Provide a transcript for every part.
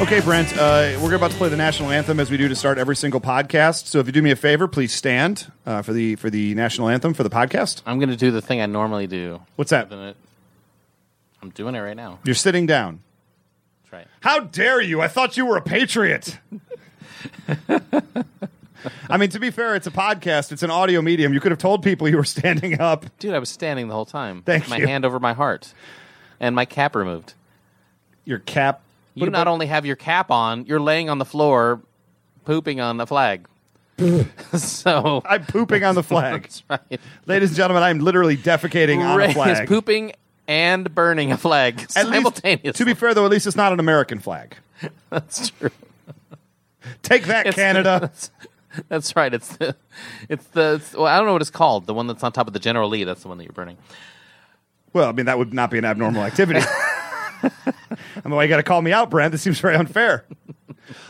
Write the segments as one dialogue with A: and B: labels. A: Okay, Brent, uh, we're about to play the national anthem as we do to start every single podcast. So if you do me a favor, please stand uh, for the for the national anthem for the podcast.
B: I'm going to do the thing I normally do.
A: What's that?
B: Then it- I'm doing it right now.
A: You're sitting down.
B: That's right.
A: How dare you? I thought you were a patriot. I mean, to be fair, it's a podcast. It's an audio medium. You could have told people you were standing up.
B: Dude, I was standing the whole time.
A: Thank
B: my
A: you.
B: hand over my heart and my cap removed.
A: Your cap.
B: You not only have your cap on, you're laying on the floor pooping on the flag. so,
A: I'm pooping on the flag.
B: right.
A: Ladies and gentlemen, I'm literally defecating on
B: Ray
A: a flag.
B: is pooping and burning a flag
A: At least-
B: simultaneously.
A: to be fair, though, at least it's not an American flag.
B: That's true.
A: Take that,
B: It's-
A: Canada.
B: That's, that's right. It's the, it's the. it's- well, I don't know what it's called. The one that's on top of the General Lee. That's the one that you're burning.
A: Well, I mean, that would not be an abnormal activity. I mean, why you got to call me out, Brent? This seems very unfair.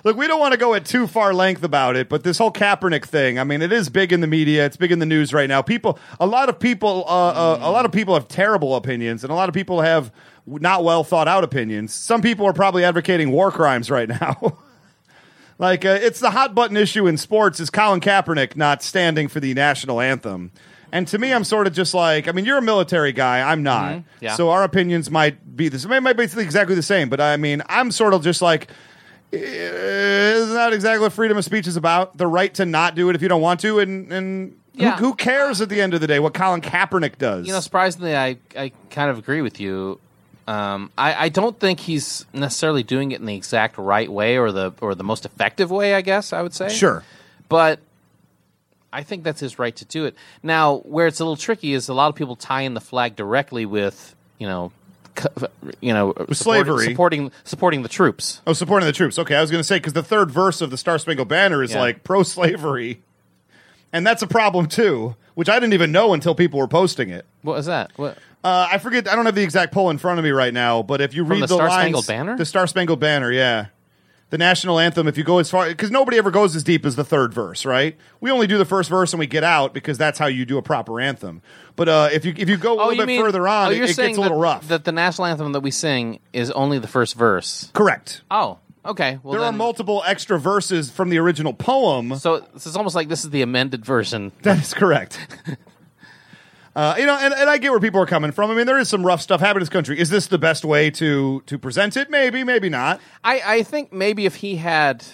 A: Look, we don't want to go at too far length about it, but this whole Kaepernick thing, I mean, it is big in the media. It's big in the news right now. People, a lot of people, uh, uh, a lot of people have terrible opinions, and a lot of people have w- not well thought out opinions. Some people are probably advocating war crimes right now. Like uh, it's the hot button issue in sports is Colin Kaepernick not standing for the national anthem. And to me, I'm sort of just like, I mean, you're a military guy. I'm not.
B: yeah.
A: So our opinions might be the same. It might be exactly the same. But I mean, I'm sort of just like, eh, isn't that exactly what freedom of speech is about? The right to not do it if you don't want to. And, and
B: Yeah.
A: who, who cares at the end of the day what Colin Kaepernick does?
B: You know, surprisingly, I, I kind of agree with you. Um, I, I don't think he's necessarily doing it in the exact right way or the or the most effective way. I guess I would say
A: sure.
B: but I think that's his right to do it. Now, where it's a little tricky is a lot of people tie in the flag directly with you know, c- you know,
A: slavery.
B: supporting supporting the troops.
A: Oh, supporting the troops. Okay, I was going to say because the third verse of the Star Spangled Banner is
B: Yeah.
A: like pro slavery, and that's a problem too, which I didn't even know until people were posting it.
B: What is that? What?
A: Uh, I forget. I don't have the exact poll in front of me right now, but if you read
B: the
A: the
B: Star
A: lines,
B: Spangled Banner?
A: the Star Spangled Banner, yeah, the national anthem. If you go as far, because nobody ever goes as deep as the third verse, right? We only do the first verse and we get out because that's how you do a proper anthem. But uh, if you if you go a little bit further on,
B: oh,
A: it,
B: you're
A: it
B: saying
A: gets a little
B: that,
A: rough.
B: That the national anthem that we sing is only the first verse.
A: Correct.
B: Oh, okay. Well,
A: There are
B: then-
A: multiple extra verses from the original poem.
B: So, so it's almost like this is the amended version.
A: That is correct. Uh, you know, and, and I get where people are coming from. I mean, there is some rough stuff happening in this country. Is this the best way to to present it? Maybe, maybe not.
B: I, I think maybe if he had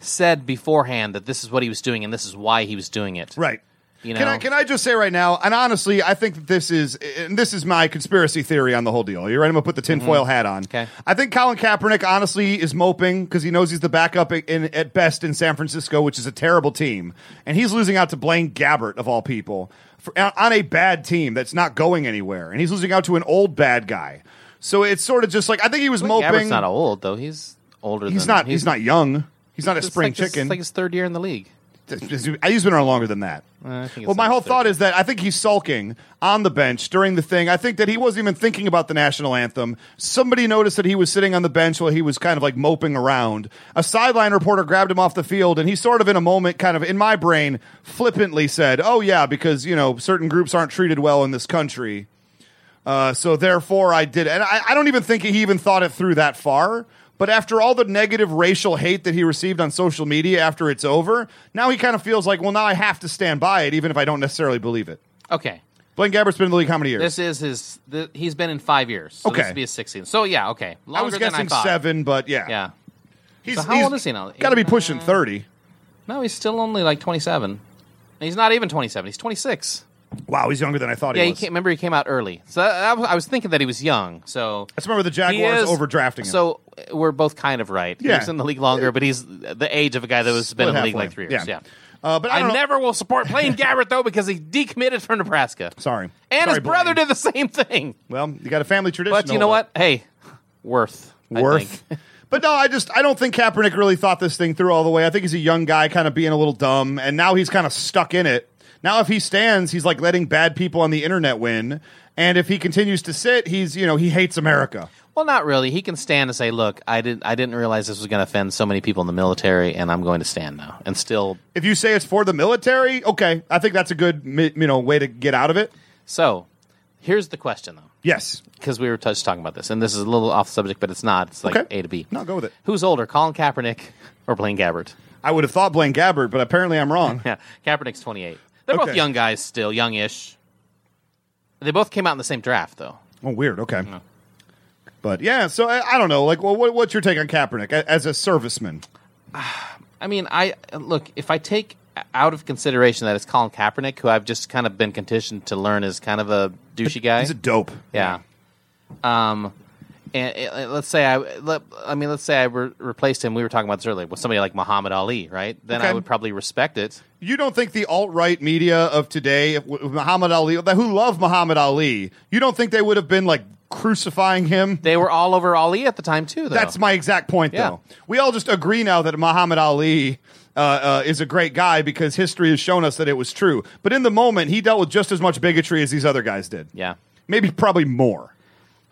B: said beforehand that this is what he was doing and this is why he was doing it.
A: Right.
B: You
A: Can
B: know?
A: I can I just say right now, and honestly, I think that this is and this is my conspiracy theory on the whole deal. You're right. I'm gonna put the tinfoil hat on.
B: Mm-hmm. Okay.
A: I think Colin Kaepernick honestly is moping because he knows he's the backup in, in- at best in San Francisco, which is a terrible team, and he's losing out to Blaine Gabbert of all people for, on- on a bad team that's not going anywhere, and he's losing out to an old bad guy. So it's sort of just like I think he was moping.
B: Gabbert's not old though. He's older.
A: he's
B: than,
A: not. He's, not young. He's not a
B: it's
A: spring
B: like His,
A: chicken.
B: it's like his third year in the league.
A: He's been around longer than that.
B: I think it's
A: well, my
B: like
A: whole
B: 30.
A: thought is that I think he's sulking on the bench during the thing. I think that he wasn't even thinking about the national anthem. Somebody noticed that he was sitting on the bench while he was kind of like moping around. A sideline reporter grabbed him off the field, and he sort of, in a moment, kind of in my brain, flippantly said, Oh, yeah, because, you know, certain groups aren't treated well in this country. Uh, so therefore, I did, and I, I don't even think he even thought it through that far. But after all the negative racial hate that he received on social media after it's over, now he kind of feels like, well, now I have to stand by it, even if I don't necessarily believe it.
B: Okay.
A: Blaine Gabbert's been in the league how many years?
B: This is his. Th- he's been in five years. So
A: Okay.
B: This would be his 16th. So yeah. Okay.
A: I
B: Longer
A: was
B: than I
A: guessing
B: thought.
A: seven, but yeah,
B: Yeah.
A: He's,
B: So how old is he now?
A: Got to be pushing thirty.
B: No, he's still only like 27. And he's not even 27. He's 26.
A: Wow, he's younger than I thought
B: Yeah.
A: he
B: He
A: was.
B: came, remember he came out early. So that, that was, I was thinking that he was young. So
A: That's remember the
B: he
A: Jaguars
B: is-
A: overdrafting him.
B: So uh, we're both kind of right.
A: Yeah.
B: He was in the league longer, but he's the age of a guy that was been in the league like three years. Yeah.
A: Uh, but I,
B: I,
A: don't know-
B: never will support Blaine Gabbert though because he decommitted from Nebraska.
A: Sorry,
B: And
A: Sorry,
B: his brother
A: Blaine.
B: did the same thing.
A: Well, you got a family tradition.
B: But
A: to
B: you know
A: hold up.
B: what? Hey, worth. I
A: worth.
B: think.
A: But no, I just I don't think Kaepernick really thought this thing through all the way. I think he's a young guy, kind of being a little dumb, and now he's kind of stuck in it. Now, if he stands, he's like letting bad people on the internet win, and if he continues to sit, he's you know he hates America.
B: Well, not really. He can stand and say, "Look, I didn't. I didn't realize this was going to offend so many people in the military, and I'm going to stand now." And still,
A: If you say it's for the military, okay, I think that's a good mi- you know way to get out of it.
B: so here's the question though:
A: Yes.
B: because we were just talking about this, and this is a little off subject, but it's not. It's like
A: Okay.
B: A to B.
A: No, go with it.
B: Who's older, Colin Kaepernick or Blaine Gabbert?
A: I would have thought Blaine Gabbert, but apparently I'm wrong.
B: Yeah, Kaepernick's 28. They're both
A: Okay.
B: young guys still, youngish. They both came out in the same draft, though.
A: Oh, weird. Okay. But yeah, so I, I don't know. Like, well, what, what's your take on Kaepernick a- as a serviceman?
B: I mean, I look if I take out of consideration that it's Colin Kaepernick, who I've just kind of been conditioned to learn is kind of a douchey guy.
A: He's a dope.
B: yeah. Um, and uh, let's say I, let, I mean, let's say I re- replaced him. We were talking about this earlier with somebody like Muhammad Ali, right? Then I
A: Okay.
B: would probably respect it.
A: You don't think the alt right media of today, if- with Muhammad Ali, who love Muhammad Ali, you don't think they would have been like crucifying him?
B: They were all over Ali at the time too, though.
A: That's my exact point,
B: Yeah.
A: though. We all just agree now that Muhammad Ali uh, uh, is a great guy because history has shown us that it was true. But in the moment, he dealt with just as much bigotry as these other guys did.
B: yeah.
A: Maybe probably more.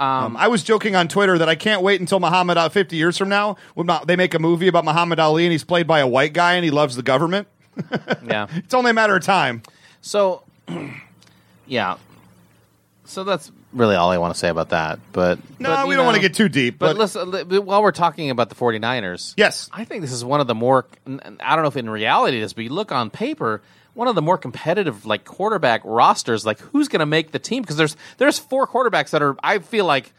A: Um, I was joking on Twitter that I can't wait until Muhammad Ali, 50 years from now, when Ma- they make a movie about Muhammad Ali and he's played by a white guy and he loves the government.
B: yeah.
A: It's only a matter of time.
B: So, yeah. So that's really all I want to say about that. But
A: No,
B: but, you
A: we don't
B: know,
A: want to get too deep.
B: But,
A: But,
B: listen, li- but while we're talking about the 49ers,
A: Yes.
B: I think this is one of the more. n- n- I don't know if in reality it is, but you look on paper, one of the more competitive like quarterback rosters. Like who's going to make the team? Because there's there's four quarterbacks that are. I feel like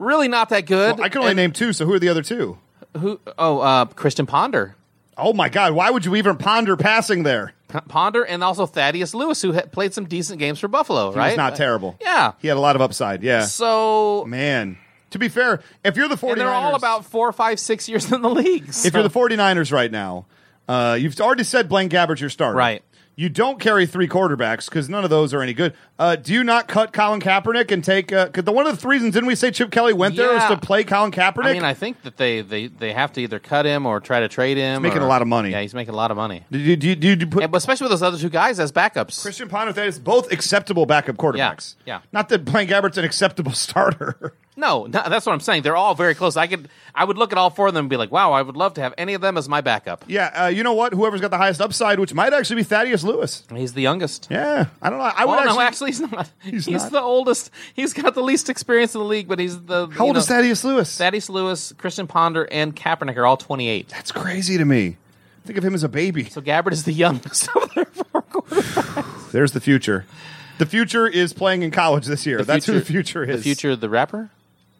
B: really not that good.
A: I can only
B: And
A: name two, so who are the other two?
B: who. Oh, uh, Christian Ponder.
A: Oh my God, why would you even ponder passing there?
B: P- Ponder and also Thaddeus Lewis, who ha- played some decent games for Buffalo,
A: He
B: right?
A: was not
B: Uh,
A: terrible.
B: Yeah.
A: He had a lot of upside, yeah.
B: So
A: Man, to be fair, if you're the 49ers,
B: and they're all about four, five, six years in the league.
A: if
B: so-
A: you're the 49ers right now, uh, you've already said Blaine Gabbert's your starter.
B: Right.
A: You don't carry three quarterbacks because none of those are any good. Uh, do you not cut Colin Kaepernick and take? Uh, 'cause the one of the reasons didn't we say Chip Kelly went there was
B: Yeah.
A: to play Colin Kaepernick?
B: I mean, I think that they, they, they have to either cut him or try to trade him.
A: making
B: or-
A: a lot of money.
B: Yeah, he's making a lot of money,
A: do, you, do, you, do you put
B: and, but especially with those other two guys as backups.
A: Christian Ponder? That is both acceptable backup quarterbacks.
B: yeah.
A: Not that Blaine Gabbert's an acceptable starter.
B: No, no, that's what I'm saying. They're all very close. I could I would look at all four of them and be like, wow, I would love to have any of them as my backup.
A: yeah. Uh, you know what? Whoever's got the highest upside, which might actually be Thaddeus Lewis.
B: He's the youngest.
A: Yeah. I don't know. I
B: Oh
A: would
B: no,
A: actually.
B: actually he's not. He's,
A: not.
B: the oldest. He's got the least experience in the league, but he's the
A: How old is Thaddeus Lewis?
B: Thaddeus Lewis, Christian Ponder, and Kaepernick are all 28.
A: That's crazy to me. Think of him as a baby.
B: So Gabbard is the youngest of their four quarterbacks.
A: There's the future. The future is playing in college this year. That's who the future is.
B: The future, of the rapper.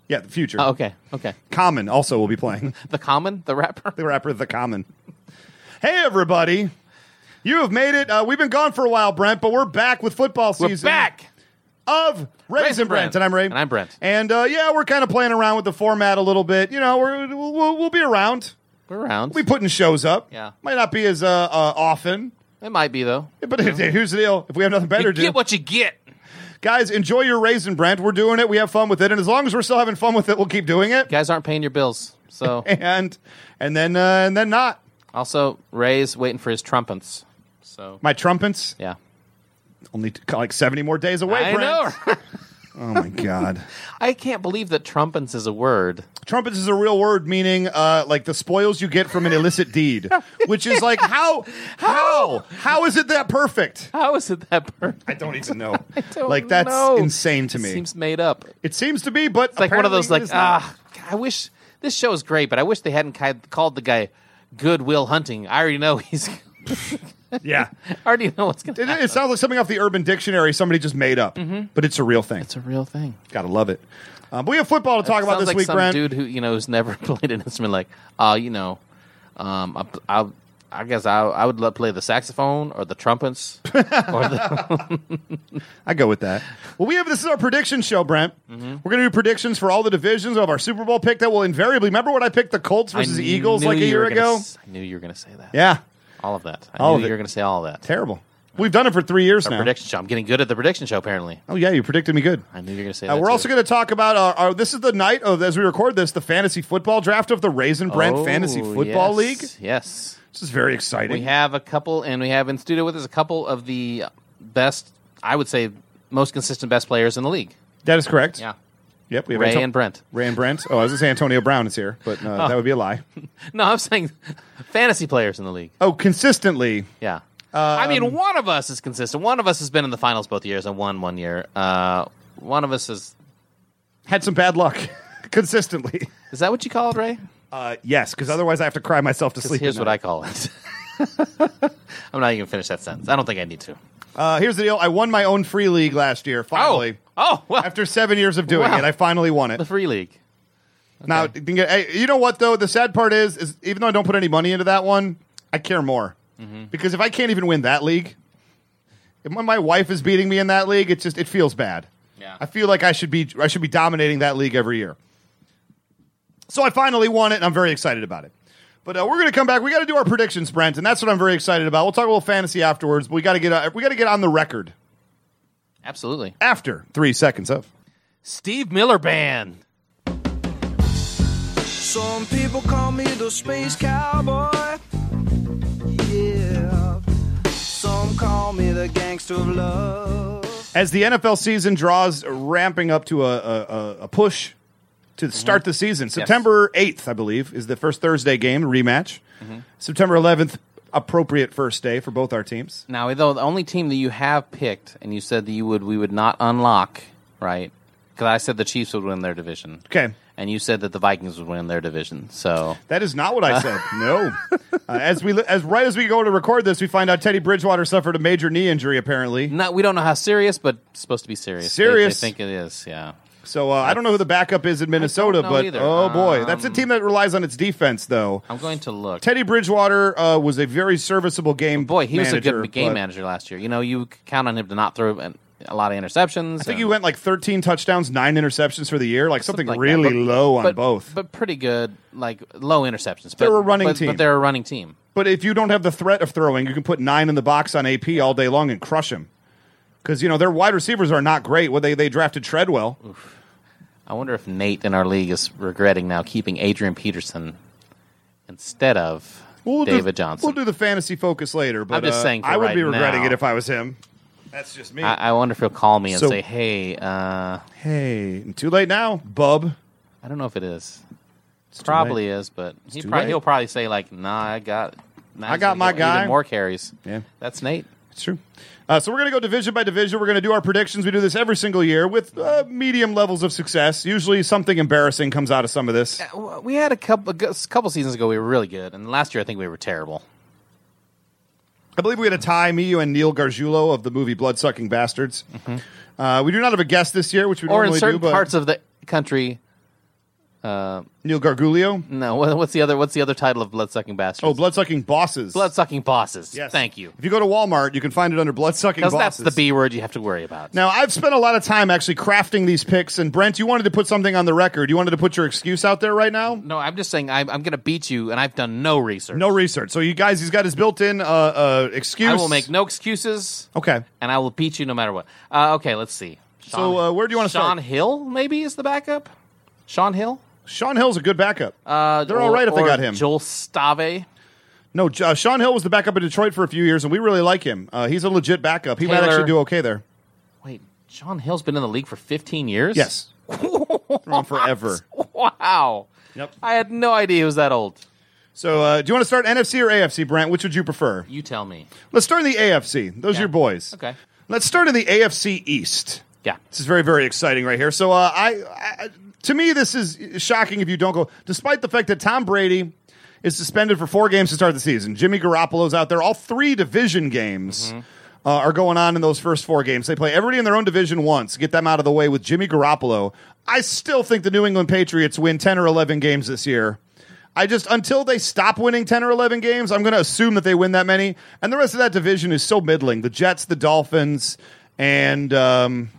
A: Yeah, the future.
B: Oh, okay, okay.
A: Common also will be playing.
B: The common, the rapper.
A: the rapper The Common. Hey, everybody. You have made it. Uh, we've been gone for a while, Brent, but we're back with football
B: We're
A: season.
B: back.
A: of Raisin Brent.
B: Raisin Brent.
A: And I'm Ray.
B: And I'm Brent.
A: And uh, yeah, we're kind of playing around with the format a little bit. You know, we're, we'll, we'll, we'll be around.
B: We're around.
A: We'll be putting shows up.
B: Yeah.
A: Might not be as uh, uh, often.
B: it might be though.
A: But here's the deal. If we have nothing better
B: You
A: to do,
B: get what you get.
A: guys enjoy your raisin brent we're doing it we have fun with it and as long as we're still having fun with it we'll keep doing it
B: guys aren't paying your bills, so
A: and and then uh, and then not
B: also Ray's waiting for his trumpets. So
A: my trumpets
B: yeah,
A: only t- like 70 more days away
B: I
A: brent
B: know.
A: oh my god
B: I can't believe that trumpets is a word.
A: trumpets is a real word meaning uh, like the spoils you get from an illicit deed which is like how how how is it that perfect
B: How is it that word?
A: i don't even know
B: don't
A: like that's
B: know.
A: insane to me
B: Seems made up. It's
A: it seems to be but it's
B: like one of those like ah. I wish this show is great, but I wish they hadn't ki- called the guy Goodwill Hunting. I already know he's. ah.
A: yeah
B: I already know what's gonna.
A: it,
B: happen.
A: it sounds like something off the urban dictionary somebody just made up
B: Mm-hmm.
A: but it's a real thing
B: It's a real thing.
A: Gotta love it. Uh, but we have football to talk about
B: Sounds
A: this
B: like
A: week,
B: some
A: Brent.
B: dude who you know who's never played an instrument. Like, uh, you know, um, I, I, I guess I, I would love to play the saxophone or the trumpets. or the,
A: I go with that. Well, we have this is our prediction show, Brent.
B: Mm-hmm.
A: We're gonna do predictions for all the divisions of our Super Bowl pick that will invariably. Remember when I picked the Colts
B: I
A: versus
B: knew
A: Eagles like a
B: you
A: year
B: were gonna
A: ago?
B: s- I knew you were going to say that.
A: yeah,
B: all of that. I
A: All of
B: knew
A: it.
B: you were going to say all of that.
A: terrible. We've done it for three years now.
B: Prediction show. I'm getting good at the prediction show. Apparently,
A: oh yeah, you predicted me good.
B: I knew you were going to say
A: Uh,
B: that.
A: we're
B: too.
A: also going to talk about our, our. This is the night of as we record this, the fantasy football draft of the Raisin Brent
B: Oh,
A: Fantasy Football
B: yes,
A: League.
B: Yes,
A: This is very exciting.
B: we have a couple, and we have in studio with us a couple of the best. I would say most consistent best players in the league.
A: that is correct.
B: Yeah,
A: Yep. We have
B: Ray
A: Anto-
B: and Oh. Brent.
A: Ray and Brent. Oh, I was going to say Antonio Brown is here, but uh, that would be a lie.
B: No, I'm saying fantasy players in the league.
A: Oh, consistently.
B: Yeah. I mean, one of us is consistent. One of us has been in the finals both years, and won one year. Uh, one of us has
A: had some bad luck consistently.
B: Is that what you call it, Ray?
A: Uh, yes, because otherwise I have to cry myself to sleep.
B: Here's
A: at
B: what
A: night.
B: I call it. I'm not even gonna finish that sentence. I don't think I need to.
A: Uh, here's the deal. I won my own free league last year. Finally,
B: Oh, oh, well,
A: after seven years of doing
B: Wow.
A: it, I finally won it.
B: the free league.
A: Now,
B: Okay.
A: didn't get- hey, you know what though? The sad part is, is even though I don't put any money into that one, I care more
B: Mm-hmm.
A: because if I can't even win that league, if my- my wife is beating me in that league, it's just it feels bad.
B: Yeah.
A: I feel like I should be I should be dominating that league every year. So I finally won it, and I'm very excited about it. But uh, we're going to come back. We got to do our predictions, Brent, and that's what I'm very excited about. We'll talk a little fantasy afterwards, but we got to get uh, we got to get on the record
B: Absolutely.
A: after three seconds of.
B: Steve Miller Band.
C: Some people call me the space cowboy. Yeah. Some call me the gangster of love.
A: As the NFL season draws, ramping up to a, a, a- a push to start
B: Mm-hmm.
A: the season. September 8th, I believe, is the first Thursday game rematch.
B: Mm-hmm.
A: September 11th, appropriate first day for both our teams.
B: Now, though, the only team that you have picked, and you said that you would, we would not unlock, right? Because I said the Chiefs would win their division.
A: Okay.
B: And you said that the Vikings would win their division. So
A: That is not what I said. no. Uh, as we li- as right as we go to record this, we find out Teddy Bridgewater suffered a major knee injury apparently.
B: not, we don't know how serious, but it's supposed to be serious. They-
A: Serious.
B: They, think it is. Yeah.
A: So uh, I don't know who the backup is in Minnesota,
B: know
A: but
B: either.
A: oh boy, that's a
B: Um,
A: team that relies on its defense though.
B: I'm going to look.
A: Teddy Bridgewater uh, was a very serviceable game.
B: Boy, he
A: manager,
B: was a good game
A: but-
B: manager last year. You know, you could count on him to not throw an- a lot of interceptions.
A: I think he went like 13 touchdowns, nine interceptions for the year, like something,
B: like that,
A: really
B: but-
A: low on
B: but,
A: both. But,
B: but pretty good, like low interceptions.
A: They're
B: but,
A: a running
B: but-
A: team.
B: but they're a running team.
A: if you don't have the threat of throwing, you can put nine in the box on AP all day long and crush him. Because you know their wide receivers are not great. Well, they they drafted Treadwell.
B: I wonder if Nate in our league is regretting now keeping Adrian Peterson instead of
A: We'll do-
B: David Johnson.
A: We'll do the fantasy focus later. But
B: I'm just
A: uh,
B: saying for
A: I would
B: right
A: be regretting
B: now.
A: it if I was him. That's just me.
B: I, I wonder if he'll call me and
A: So-
B: say, "Hey, uh, I
A: hey, too late now, bub.
B: don't know if it is.
A: It's too
B: Probably
A: late.
B: is, but he
A: too
B: probably,
A: late.
B: he'll probably say like, "Nah, I got, nah,
A: I
B: he's
A: got
B: gonna
A: my
B: get even
A: guy."
B: More carries.
A: Yeah.
B: that's Nate.
A: It's true. Uh, so we're going to go division by division. We're going to do our predictions. We do this every single year with uh, medium levels of success. Usually something embarrassing comes out of some of this.
B: W- We had a couple a gu- couple seasons ago. We were really good, and last year I think we were terrible.
A: I believe we had a tie, me, you, and Neil Gargiulo of the movie Bloodsucking Bastards. Uh, we do not have a guest this year, which we
B: Mm-hmm. Or in
A: normally
B: certain
A: do, but
B: parts of the country.
A: Neil Gargulio.
B: No, what- what's the other? What's the other title of bloodsucking bastards?
A: Oh, Bloodsucking Bosses.
B: bloodsucking bosses.
A: Yes.
B: Thank you.
A: If you go to Walmart, you can find it under Bloodsucking
B: Because
A: Bosses.
B: that's the B word you have to worry about.
A: Now, I've spent a lot of time actually crafting these picks, and Brent, you wanted to put something on the record. You wanted to put your excuse out there right now?
B: No, I'm just saying I'm, I'm going to beat you, and I've done no research.
A: No research. So, you guys, he's got his built in uh, uh, excuse.
B: I will make no excuses,
A: Okay.
B: and I will beat you no matter what. Uh, okay, let's see.
A: So, uh, where do you wanna
B: Sean
A: start?
B: Hill maybe is the backup. Sean Hill.
A: Sean Hill's a good backup.
B: Uh,
A: They're all right if they
B: or
A: got him.
B: Joel Stave,
A: no, J- uh, Sean Hill was the backup in Detroit for a few years, and we really like him. Uh, he's a legit backup. He might
B: Taylor-
A: actually do okay there.
B: Wait, Sean Hill's been in the league for 15 years.
A: Yes. Around forever.
B: Wow.
A: Yep.
B: I had no idea he was that old.
A: So, uh, do you want to start NFC or AFC, Brent? Which would you prefer?
B: You tell me.
A: Let's start in the AFC. Those are
B: Yeah.
A: your boys.
B: Okay.
A: Let's start in the AFC East.
B: Yeah.
A: This is very, very exciting right here. So, uh, I, I, to me, this is shocking if you don't go, despite the fact that Tom Brady is suspended for four games to start the season. Jimmy Garoppolo's out there. All three division games uh, are going on in those first four games. They play everybody in their own division once, get them out of the way with Jimmy Garoppolo. I still think the New England Patriots win 10 or 11 games this year. I just until they stop winning ten or eleven games, I'm going to assume that they win that many. And the rest of that division is so middling: the Jets, the Dolphins, and um,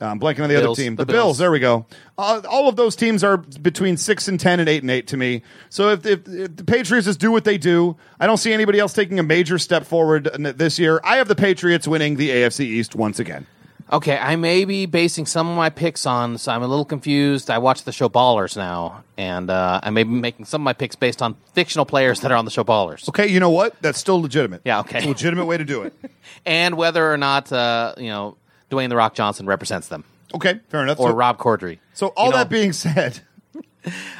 A: I'm blanking on the
B: Bills.
A: other team,
B: The
A: the, Bills.
B: Bills.
A: There we go. Uh, all of those teams are between six and ten and eight and eight to me. So if, if, if the Patriots just do what they do, I don't see anybody else taking a major step forward n- this year. I have the Patriots winning the AFC East once again.
B: Okay, I may be basing some of my picks on, so I'm a little confused. I watch the show Ballers now, and uh, I may be making some of my picks based on fictional players that are on the show Ballers,
A: Okay, you know what? That's still legitimate.
B: Yeah, okay.
A: It's a legitimate way to do it.
B: and whether or not uh, you know Dwayne the Rock Johnson represents them
A: Okay, fair enough.
B: or
A: so,
B: Rob Corddry.
A: so all
B: You know,
A: that being said.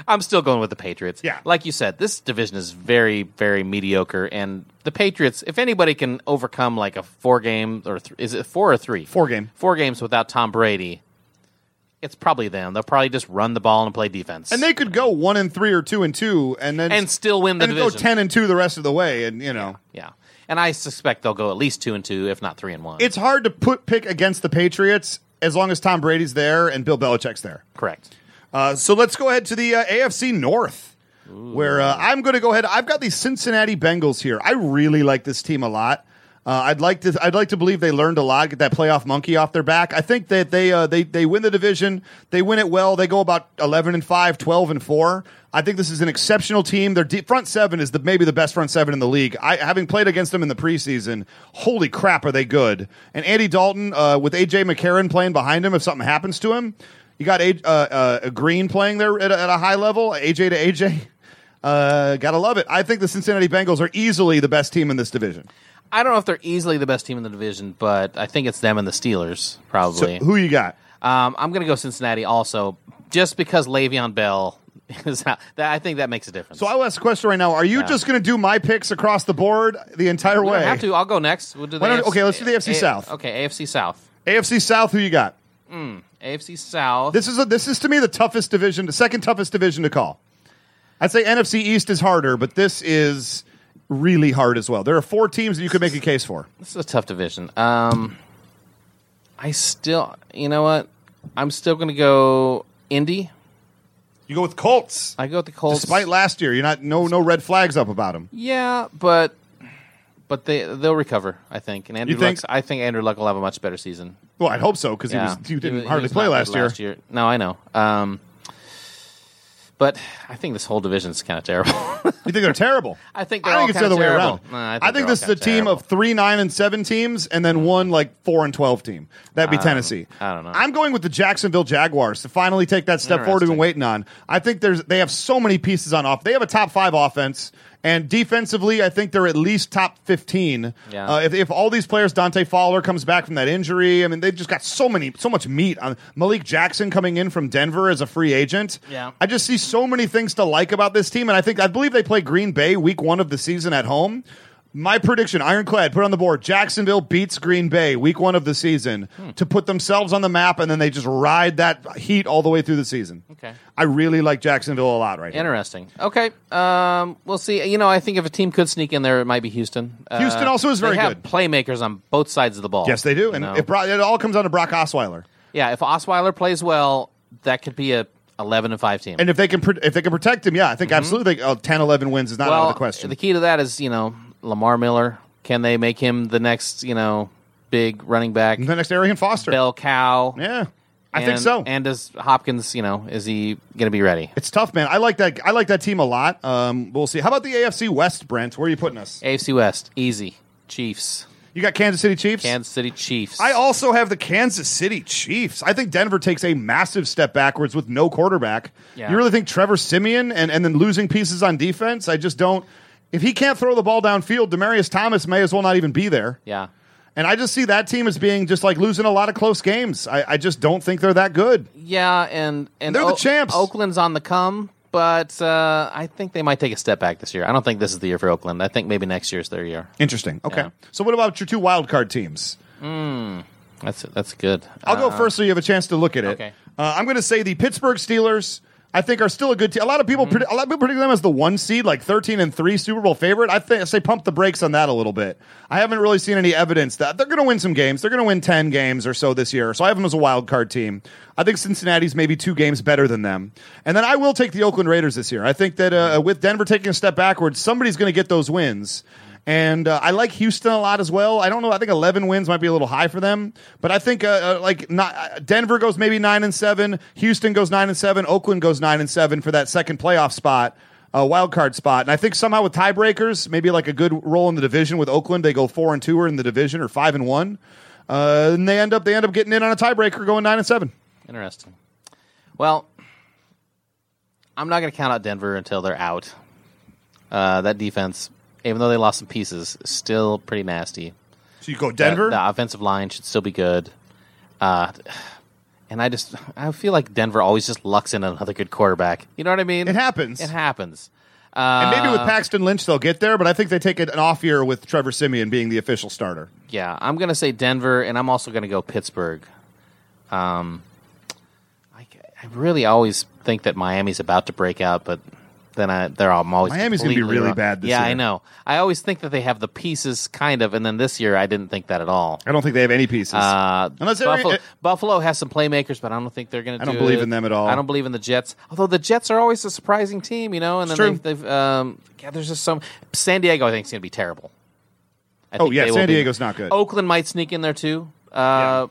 B: I'm still going with the Patriots.
A: Yeah.
B: like you said, this division is very, very mediocre, and the Patriots, if anybody can overcome like a four game or th- is it four or three,
A: Four game.
B: four games without Tom Brady, it's probably them. They'll probably just run the ball and play defense.
A: And they could go one and three or two and two, and then
B: And still win the
A: and go
B: division.
A: ten and two the rest of the way, and you know
B: yeah, and I suspect they'll go at least two and two, if not three and one.
A: it's hard to put pick against the Patriots as long as Tom Brady's there and Bill Belichick's there.
B: correct.
A: Uh, so let's go ahead to the uh, AFC North, where uh, I'm going to go ahead. I've got the Cincinnati Bengals here. I really like this team a lot. Uh, I'd like to. I'd like to believe they learned a lot, get that playoff monkey off their back. I think that they uh, they they win the division. They win it well. They go about 11 and 5, 12 and 4. I think this is an exceptional team. Their de- front seven is the maybe the best front seven in the league. I having played against them in the preseason. Holy crap, are they good? And Andy Dalton uh, with AJ McCarron playing behind him. If something happens to him, you got a, uh, uh, a Green playing there at a, at a high level, AJ to AJ. Uh, gotta love it. I think the Cincinnati Bengals are easily the best team in this division.
B: I don't know if they're easily the best team in the division, but I think it's them and the Steelers
A: So
B: probably.
A: who you got?
B: um, I'm going to go Cincinnati also, just because Le'Veon Bell is out. That, I think that makes a difference.
A: So I will ask a question right now. Are you just gonna do my picks across the board the entire
B: We
A: way?
B: don't have to. I'll go next. We'll do the
A: Why don't-
B: AFC
A: okay, let's do the AFC South.
B: Okay, AFC South.
A: AFC South, who you got?
B: AFC South.
A: This is a, this is to me the toughest division, the second toughest division to call. I'd say NFC East is harder, but this is really hard as well. There are four teams that you could make a case for.
B: This is a tough division. Um, I still, you know what? I'm still going to go Indy.
A: You go with Colts.
B: I go with the Colts.
A: Despite last year, you're not no no red flags up about them.
B: yeah, but but they they'll recover. I think. And Andrew,
A: You think-
B: Luck's, I think Andrew Luck will have a much better season.
A: Well, I'd hope so because
B: Yeah.
A: he was he didn't
B: wa-
A: hardly
B: was
A: play
B: not
A: last
B: good
A: year.
B: No, I know. Um, but I think this whole division is kind of terrible.
A: You think they're terrible?
B: I think they're
A: I think
B: all
A: it's the other
B: kinda
A: way
B: terrible.
A: around.
B: No,
A: I
B: I
A: think,
B: think they're
A: this is
B: all
A: a
B: kinda
A: team of three, nine, and seven teams, and then one like four and twelve team. That'd be Tennessee.
B: I don't know.
A: I'm going with the Jacksonville Jaguars to finally take that step forward we've been waiting
B: Interesting.
A: on. I think there's they have so many pieces on off. They have a top five offense. And defensively, I think they're at least top fifteen.
B: Yeah.
A: Uh, if, if all these players, Dante Fowler comes back from that injury, I mean, they've just got so many, so much meat on Malik Jackson coming in from Denver as a free agent.
B: Yeah.
A: I just see so many things to like about this team, and I think I believe they play Green Bay week one of the season at home. My prediction, ironclad, put on the board. Jacksonville beats Green Bay week one of the season
B: Hmm.
A: to put themselves on the map, and then they just ride that heat all the way through the season.
B: Okay.
A: I really like Jacksonville a lot right now.
B: Interesting. Okay. Um, we'll see. You know, I think if a team could sneak in there, it might be Houston. Uh,
A: Houston also is very
B: they have
A: good.
B: Playmakers on both sides of the ball.
A: Yes, they do,
B: You
A: and
B: know?
A: it, brought, it all comes down to Brock Osweiler.
B: yeah, if Osweiler plays well, that could be a eleven and five team.
A: And if they can, pr- if they can protect him, yeah, I think absolutely uh, 10, 11 wins is not out
B: Mm-hmm. well,
A: of the question.
B: key to that is you know Lamar Miller. Can they make him the next you know big running back?
A: the next Arian Foster,
B: Bell Cow.
A: yeah, I
B: And-
A: think so.
B: And does Hopkins? You know, is he going to be ready?
A: It's tough, man. I like that. I like that team a lot. Um, we'll see. How about the AFC West, Brent? Where are you putting us?
B: AFC West, easy. Chiefs,
A: You got Kansas City Chiefs.
B: Kansas City Chiefs.
A: I also have the Kansas City Chiefs. I think Denver takes a massive step backwards with no quarterback.
B: Yeah.
A: You really think Trevor Simeon and, and then losing pieces on defense? I just don't. If he can't throw the ball downfield, Demarius Thomas may as well not even be there.
B: yeah.
A: And I just see that team as being just like losing a lot of close games. I, I just don't think they're that good.
B: Yeah, and and
A: They're the champs.
B: Oakland's on the come, but uh, I think they might take a step back this year. I don't think this is the year for Oakland. I think maybe next year's their year.
A: Interesting. Okay.
B: Yeah.
A: So what about your two wild card teams?
B: That's that's good.
A: I'll go first so you have a chance to look at it.
B: okay.
A: Uh, I'm going to say the Pittsburgh Steelers. I think are still a good team. A lot of people, predi- a lot of people predict them as the one seed, like 13 and three Super Bowl favorite. I think say pump the brakes on that a little bit. I haven't really seen any evidence that they're going to win some games. They're going to win 10 games or so this year. So I have them as a wild card team. I think Cincinnati's maybe two games better than them. And then I will take the Oakland Raiders this year. I think that uh, with Denver taking a step backwards, somebody's going to get those wins. And uh, I like Houston a lot as well. I don't know. I think eleven wins might be a little high for them, but I think uh, uh, like not, uh, Denver goes maybe nine and seven. Houston goes nine and seven. Oakland goes nine and seven for that second playoff spot, uh, wild card spot. And I think somehow with tiebreakers, maybe like a good role in the division with Oakland, they go four and two or in the division or five and one, uh, and they end up they end up getting in on a tiebreaker, going nine and seven.
B: Interesting. Well, I'm not going to count out Denver until they're out. Uh, that defense, even though they lost some pieces, is still pretty nasty.
A: So you go
B: That-
A: Denver.
B: the offensive line should still be good. Uh, and I just I feel like Denver always just lucks in another good quarterback. You know what I mean?
A: It happens.
B: It happens.
A: and maybe with
B: Uh,
A: Paxton Lynch they'll get there, but I think they take an off year with Trevor Simeon being the official starter.
B: Yeah, I'm going to say Denver, and I'm also going to go Pittsburgh. Um, I I really always think that Miami's about to break out, but then I, they're all, I'm always
A: Miami's gonna be
B: completely
A: really
B: wrong.
A: bad this
B: yeah,
A: year.
B: I know. I always think that they have the pieces, kind of, and then this year I didn't think that at all.
A: I don't think they have any pieces.
B: Uh,
A: Unless they're-
B: Buffalo,
A: it-
B: Buffalo has some playmakers, but I don't think they're going to.
A: I don't believe in them at all.
B: I don't believe in the Jets. Although the Jets are always a surprising team, you know. And
A: It's
B: then
A: true.
B: they've, they've um, yeah, there's just some. San Diego, I think, is going to be terrible. I
A: Oh,
B: think
A: yeah,
B: they
A: San
B: will be-
A: Diego's not good.
B: Oakland might sneak in there too. Uh,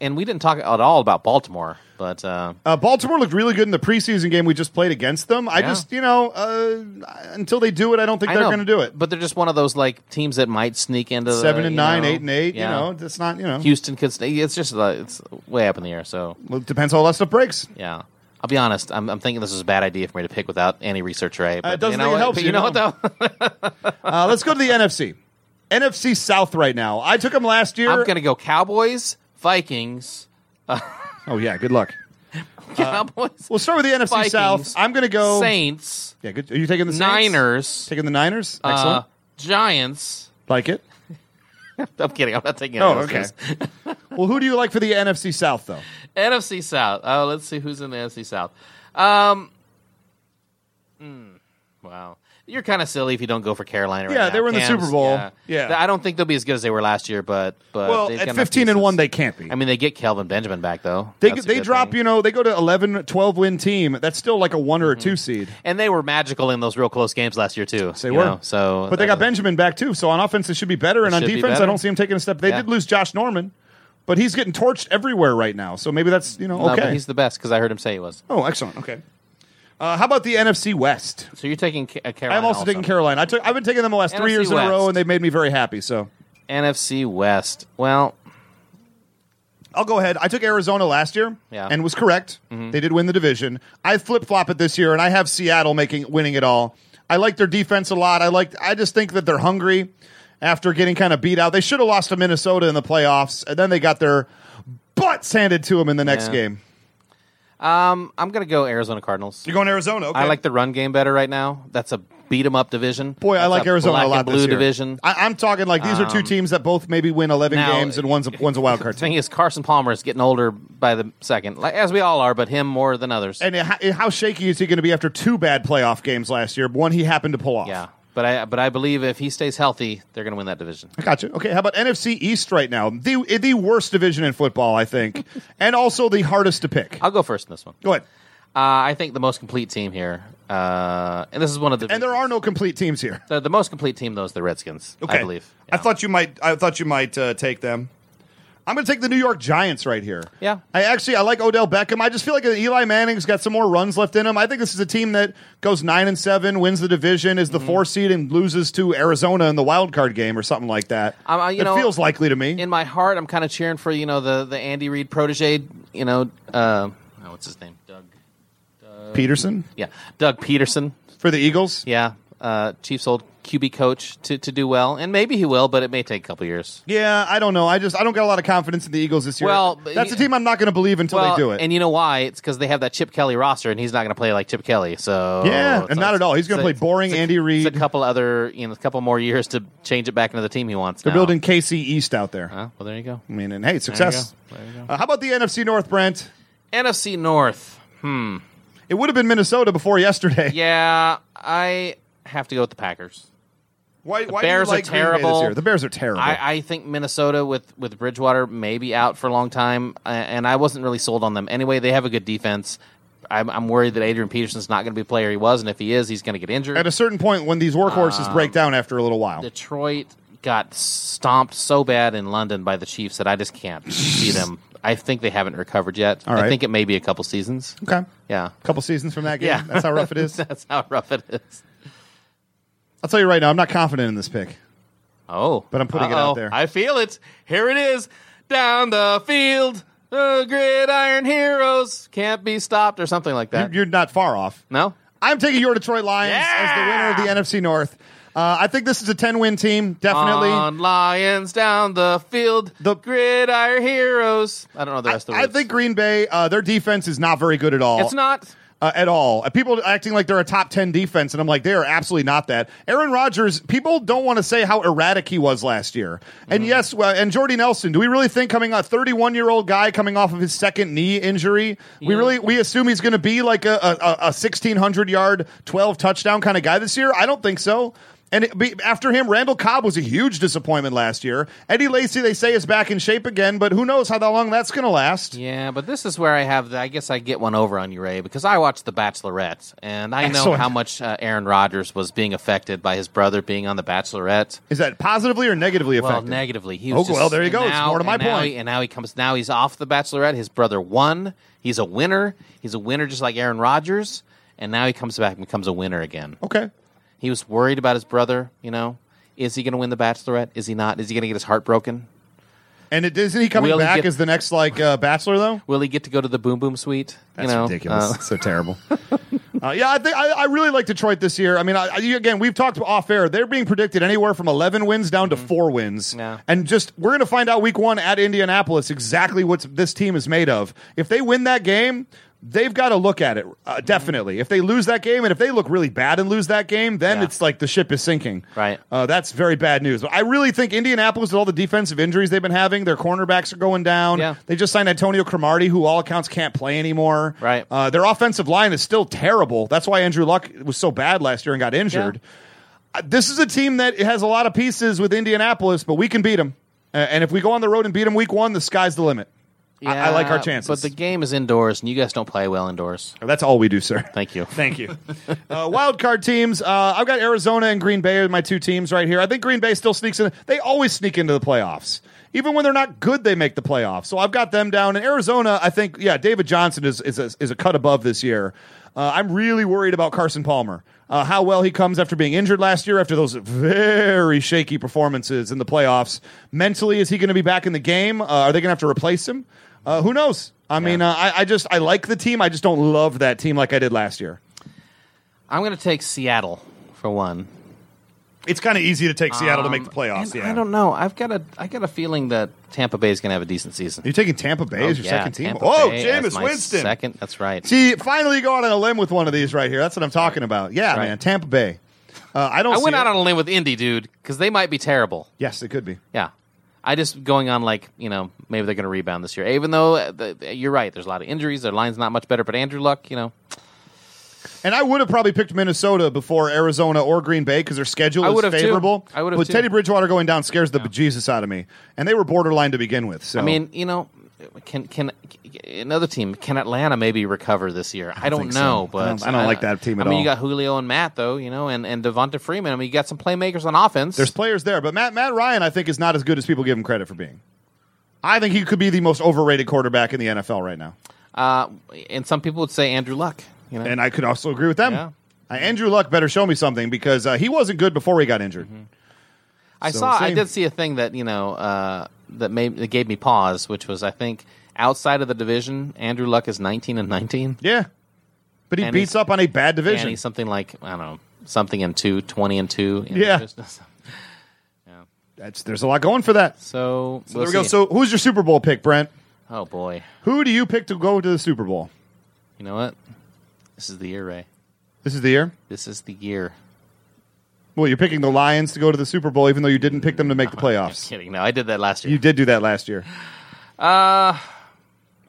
B: and we didn't talk at all about Baltimore, but uh,
A: Uh, Baltimore looked really good in the preseason game we just played against them. I
B: Yeah.
A: just, you know, uh, until they do it, I don't think
B: I
A: they're
B: know,
A: going to do it.
B: But they're just one of those like teams that might sneak into the,
A: Seven and
B: you
A: nine,
B: know,
A: eight and eight.
B: yeah.
A: You know, that's not. You know,
B: Houston could. sneak- It's just uh, it's way up in the air. So
A: well, it depends how all that stuff breaks.
B: Yeah. I'll be honest. I'm, I'm thinking this is a bad idea for me to pick without any research, right? But
A: doesn't
B: you know
A: think Uh, it
B: what?
A: helps you,
B: But You
A: no.
B: know what though?
A: Uh, let's go to the NFC. NFC South right now. I took them last year.
B: I'm gonna go Cowboys, Vikings,
A: oh yeah, good luck. Uh,
B: Cowboys,
A: We'll start with the NFC
B: Vikings,
A: South. I'm going to go.
B: Saints,
A: Yeah, good. Are you taking the Saints?
B: Niners,
A: Taking the Niners.
B: uh,
A: Excellent.
B: Giants.
A: like it.
B: I'm kidding. I'm not taking.
A: Oh,
B: any of
A: okay.
B: those teams.
A: well, who do you like for the NFC South though?
B: Uh, NFC South. Oh, let's see who's in the NFC South. Um, mm, wow. You're kind of silly if you don't go for Carolina. right
A: Yeah,
B: now.
A: they were in the
B: Cams,
A: Super Bowl.
B: Yeah.
A: Yeah.
B: I don't think they'll be as good as they were last year, but but
A: Well,
B: they've got
A: at
B: enough
A: 15 and
B: pieces.
A: one, they can't be.
B: I mean, they get Kelvin Benjamin back though.
A: They,
B: That's a
A: they
B: good
A: drop,
B: thing.
A: you know, they go to 11, 12 win team. That's still like a one or a
B: Mm-hmm.
A: two seed.
B: and they were magical in those real close games last year too.
A: They
B: you
A: were.
B: know, so,
A: but they got Benjamin back too. So on offense, they should be better. And on
B: should be
A: defense, I
B: better.
A: don't see him taking a step. They
B: Yeah.
A: did lose Josh Norman, but he's getting torched everywhere right now. So maybe that's you know
B: No,
A: okay.
B: but he's the best because I heard him say he was.
A: oh, excellent. Okay. Uh, how about the NFC West?
B: So you're taking Ca- uh, Carolina.
A: I'm also, taking Carolina. I took, I've been taking them the last three
B: NFC
A: years in a
B: West.
A: row, and they've made me very happy. So
B: NFC West. Well,
A: I'll go ahead. I took Arizona last year
B: Yeah. Mm-hmm.
A: and was correct. They did win the division. I flip flop it this year, and I have Seattle making winning it all. I like their defense a lot. I like. I just think that they're hungry after getting kind of beat out. They should have lost to Minnesota in the playoffs, and then they got their butts handed to them in the next
B: Yeah.
A: game.
B: um, I'm gonna go Arizona Cardinals.
A: You're going to Arizona. Okay.
B: I like the run game better right now. That's a beat 'em up division.
A: Boy, I
B: That's
A: like
B: a
A: Arizona
B: black
A: a lot
B: And blue
A: this year.
B: division. Um,
A: I, I'm talking like these are two teams that both maybe win 11
B: now-
A: games and one's a, one's a wild card
B: The
A: team.
B: thing is, Carson Palmer is getting older by the second, like, as we all are, but him more than others.
A: And how- how shaky is he going to be after two bad playoff games last year? One he happened to pull off.
B: yeah, but I but I believe if he stays healthy, they're gonna win that division.
A: I Gotcha. Okay, how about NFC East right now? The the worst division in football, I think, and also the hardest to pick.
B: I'll go first in this one.
A: Go ahead.
B: Uh, I think the most complete team here, uh, and this is one of the
A: And there are no complete teams here.
B: the, the most complete team though is the Redskins. I believe.
A: I thought you might. I thought you might uh, take them. I'm going to take the New York Giants right here.
B: Yeah.
A: I actually I like Odell Beckham. I just feel like Eli Manning's got some more runs left in him. I think this is a team that goes nine and seven, wins the division, is the
B: Mm-hmm.
A: four seed, and loses to Arizona in the wild card game or something like that.
B: Um, uh, you
A: it
B: know,
A: feels likely to me.
B: in my heart, I'm kind of cheering for you know the the Andy Reid protege. You know, uh, oh, what's his name? Doug.
A: Peterson
B: Yeah, Doug Peterson.
A: for the Eagles.
B: Yeah, uh, Chiefs old QB coach to to do well, and maybe he will, but it may take a couple years.
A: Yeah, I don't know. I just I don't got a lot of confidence in the Eagles this year.
B: Well,
A: that's a team I'm not going to believe until
B: well,
A: they do it.
B: and you know why? It's because they have that Chip Kelly roster, and he's not going to play like Chip Kelly. So
A: Yeah, and
B: so
A: not
B: it's-
A: at all. He's gonna
B: it's
A: play
B: a-
A: boring
B: it's a-
A: Andy Reid.
B: It's a couple other, you know, a couple more years to change it back into the team he wants.
A: They're
B: now.
A: building KC East out there.
B: Huh? Well, Uh, there you go.
A: I mean, and hey, success.
B: There you go. There you
A: Uh, how about the NFC North, Brent?
B: NFC North.
A: It would have been Minnesota before yesterday.
B: Yeah, I have to go with the Packers.
A: Why, why
B: Bears are
A: do you like Green Bay this
B: terrible.
A: year? The Bears are terrible.
B: I, I think Minnesota with with Bridgewater may be out for a long time, a- and I wasn't really sold on them. Anyway, they have a good defense. I'm, I'm worried that Adrian Peterson's not going to be a player he was, and if he is, he's going to get injured.
A: At a certain point, when these workhorses break
B: Um,
A: down after a little while,
B: Detroit got stomped so bad in London by the Chiefs that I just can't see them. I think they haven't recovered yet.
A: All right.
B: I think it may be a couple seasons.
A: okay,
B: Yeah,
A: a couple seasons from that game,
B: Yeah.
A: that's how rough it is.
B: that's how rough it is.
A: I'll tell you right now, I'm not confident in this pick.
B: Oh,
A: But I'm putting it out
B: Uh-oh.
A: there.
B: I feel it. Here it is, down the field. The gridiron heroes can't be stopped, or something like that.
A: You're, you're not far off.
B: no,
A: I'm taking your Detroit Lions as the winner of the NFC North. Uh, I think this is a 10 win team, definitely.
B: on lions down the field.
A: The-
B: The gridiron heroes. I don't know the
A: I,
B: rest of the
A: I
B: words.
A: think Green Bay, uh, their defense is not very good at all.
B: it's not.
A: uh, at all. Uh, People acting like they're a top 10 defense, and I'm like, they are absolutely not that. Aaron Rodgers, people don't want to say how erratic he was last year. And yes, well, and Jordy Nelson, do we really think coming a 31 year old guy coming off of his second knee injury, we really we assume he's going to be like a, a, a 1600 yard, 12 touchdown kind of guy this year? I don't think so. And it, be, after him, Randall Cobb was a huge disappointment last year. Eddie Lacy, they say, is back in shape again, but who knows how long that's going to last?
B: Yeah, but this is where I have. The, I guess I get one over on you, Ray, because I watched The Bachelorette, and I know
A: Excellent.
B: how much uh, Aaron Rodgers was being affected by his brother being on The Bachelorette.
A: Is that positively or negatively
B: Well,
A: affected?
B: negatively, he
A: Oh,
B: was. just-
A: well, there you
B: and
A: go. It's more to my
B: and now
A: point.
B: he- and now he comes. Now he's off The Bachelorette. His brother won. He's a winner. He's a winner, just like Aaron Rodgers. And now he comes back and becomes a winner again.
A: okay.
B: He was worried about his brother. You know, is he going to win The Bachelorette? Is he not? Is he going to get his heart broken?
A: And it, isn't he coming
B: Will he
A: back
B: get-
A: as the next like uh, Bachelor though?
B: Will he get to go to the Boom Boom Suite?
A: That's
B: you know,
A: ridiculous.
B: uh,
A: It's so terrible. Uh, yeah, I think I, I really like Detroit this year. I mean, I, I, again, we've talked off air. They're being predicted anywhere from eleven wins down to four wins,
B: Mm-hmm. Yeah.
A: and just we're going to find out week one at Indianapolis exactly what this team is made of. If they win that game. They've got to look at it uh,
B: Mm-hmm.
A: definitely. If they lose that game, and if they look really bad and lose that game, then
B: Yeah.
A: it's like the ship is sinking.
B: Right.
A: Uh, that's very bad news. But I really think Indianapolis, with all the defensive injuries they've been having, their cornerbacks are going down.
B: Yeah.
A: They just signed Antonio Cromartie, who all accounts can't play anymore.
B: Right.
A: Uh, their offensive line is still terrible. That's why Andrew Luck was so bad last year and got injured. Uh, This is a team that has a lot of pieces with Indianapolis, but we can beat them. Uh, and if we go on the road and beat them week one, the sky's the limit. I, I like our
B: yeah,
A: chances.
B: But the game is indoors, and you guys don't play well indoors.
A: That's all we do, sir.
B: Thank you.
A: Thank you. uh, wild card teams. Uh, I've got Arizona and Green Bay are my two teams right here. I think Green Bay still sneaks in. They always sneak into the playoffs. Even when they're not good, they make the playoffs. So I've got them down. And Arizona, I think, yeah, David Johnson is is a, is a cut above this year. Uh, I'm really worried about Carson Palmer. Uh, how well he comes after being injured last year, after those very shaky performances in the playoffs. Mentally, is he going to be back in the game? Uh, are they going to have to replace him? Uh, who knows? I mean, uh, I, I just I like the team. I just don't love that team like I did last year.
B: I'm going to take Seattle for one. Um,
A: It's kind of easy to take Seattle to make the
B: And
A: playoffs. Yeah,
B: I don't know. I've got a I got a feeling that Tampa Bay is going to have a decent season.
A: You're taking Tampa Bay as your
B: Yeah,
A: second team.
B: Tampa
A: oh,
B: Bay as
A: Jameis
B: my
A: Winston.
B: Second, that's right.
A: See, finally you go out on a limb with one of these right here. That's what I'm talking about. Yeah,
B: Right.
A: man, Tampa Bay. Uh, I don't.
B: I
A: see
B: went
A: it.
B: out on a limb with Indy, dude, because they might be terrible.
A: Yes, it could be.
B: Yeah. I just going on like you know maybe they're going to rebound this year. Even though uh, the, you're right, there's a lot of injuries. Their line's not much better, but Andrew Luck, you know,
A: And I would have probably picked Minnesota before Arizona or Green Bay because their schedule
B: I would
A: is
B: have, too.
A: favorable.
B: I would have,
A: But
B: too.
A: Teddy Bridgewater going down scares the bejesus out of me, and they were borderline to begin with. So
B: I mean, you know, can can another team can Atlanta maybe recover this year? I don't,
A: think so.
B: know, but
A: I don't- I don't like that team at
B: I mean,
A: all.
B: you got Julio and Matt though, you know, and and Devonta Freeman. I mean, you got some playmakers on offense.
A: There's players there, but Matt Matt Ryan, I think, is not as good as people give him credit for being. I think he could be the most overrated quarterback in the NFL right now,
B: uh, and some people would say Andrew Luck. You know,
A: and I could also agree with them.
B: Yeah.
A: Uh, Andrew Luck better show me something because uh, he wasn't good before he got injured.
B: Mm-hmm. I
A: so
B: saw,
A: we'll
B: I
A: see.
B: did see a thing that you know uh, that made that gave me pause, which was I think outside of the division, Andrew Luck is 19 and 19,
A: Yeah, but he
B: And
A: beats
B: he's-
A: up on a bad
B: and
A: division.
B: he's something like I don't know something and two, 20 and two. in the
A: Yeah.
B: division.
A: That's there's a lot going for that.
B: So,
A: So there we go. So who's your Super Bowl pick, Brent?
B: oh boy,
A: Who do you pick to go to the Super Bowl?
B: you know what? This is the year, Ray.
A: This is the year.
B: This is the year.
A: Well, you're picking the Lions to go to the Super Bowl, even though you didn't pick them to make the playoffs.
B: Kidding? No, I did that last year.
A: You did do that last year.
B: Uh,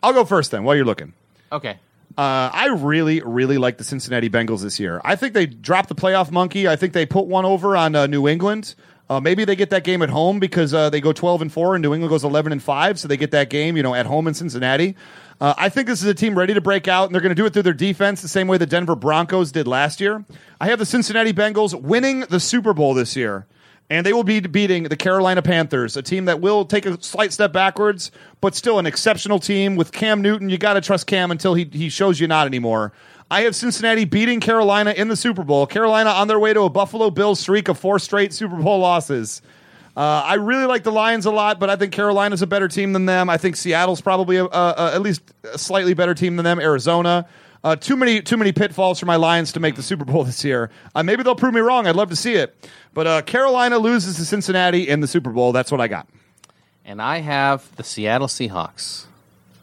A: I'll go first then while you're looking.
B: okay.
A: Uh, I really, really like the Cincinnati Bengals this year. I think they dropped the playoff monkey. I think they put one over on uh, New England. Uh, maybe they get that game at home because uh, they go 12 and 4 and New England goes 11 and 5. So they get that game, you know, at home in Cincinnati. Uh, I think this is a team ready to break out, and they're going to do it through their defense the same way the Denver Broncos did last year. I have the Cincinnati Bengals winning the Super Bowl this year and they will be beating the Carolina Panthers, a team that will take a slight step backwards, but still an exceptional team with Cam Newton. You got to trust Cam until he, he shows you not anymore. I have Cincinnati beating Carolina in the Super Bowl. Carolina on their way to a Buffalo Bills streak of four straight Super Bowl losses. Uh, I really like the Lions a lot, but I think Carolina's a better team than them. I think Seattle's probably a, a, a, at least a slightly better team than them. Arizona, uh, too many too many pitfalls for my Lions to make the Super Bowl this year. Uh, maybe they'll prove me wrong. I'd love to see it, but uh, Carolina loses to Cincinnati in the Super Bowl. That's what I got.
B: And I have the Seattle Seahawks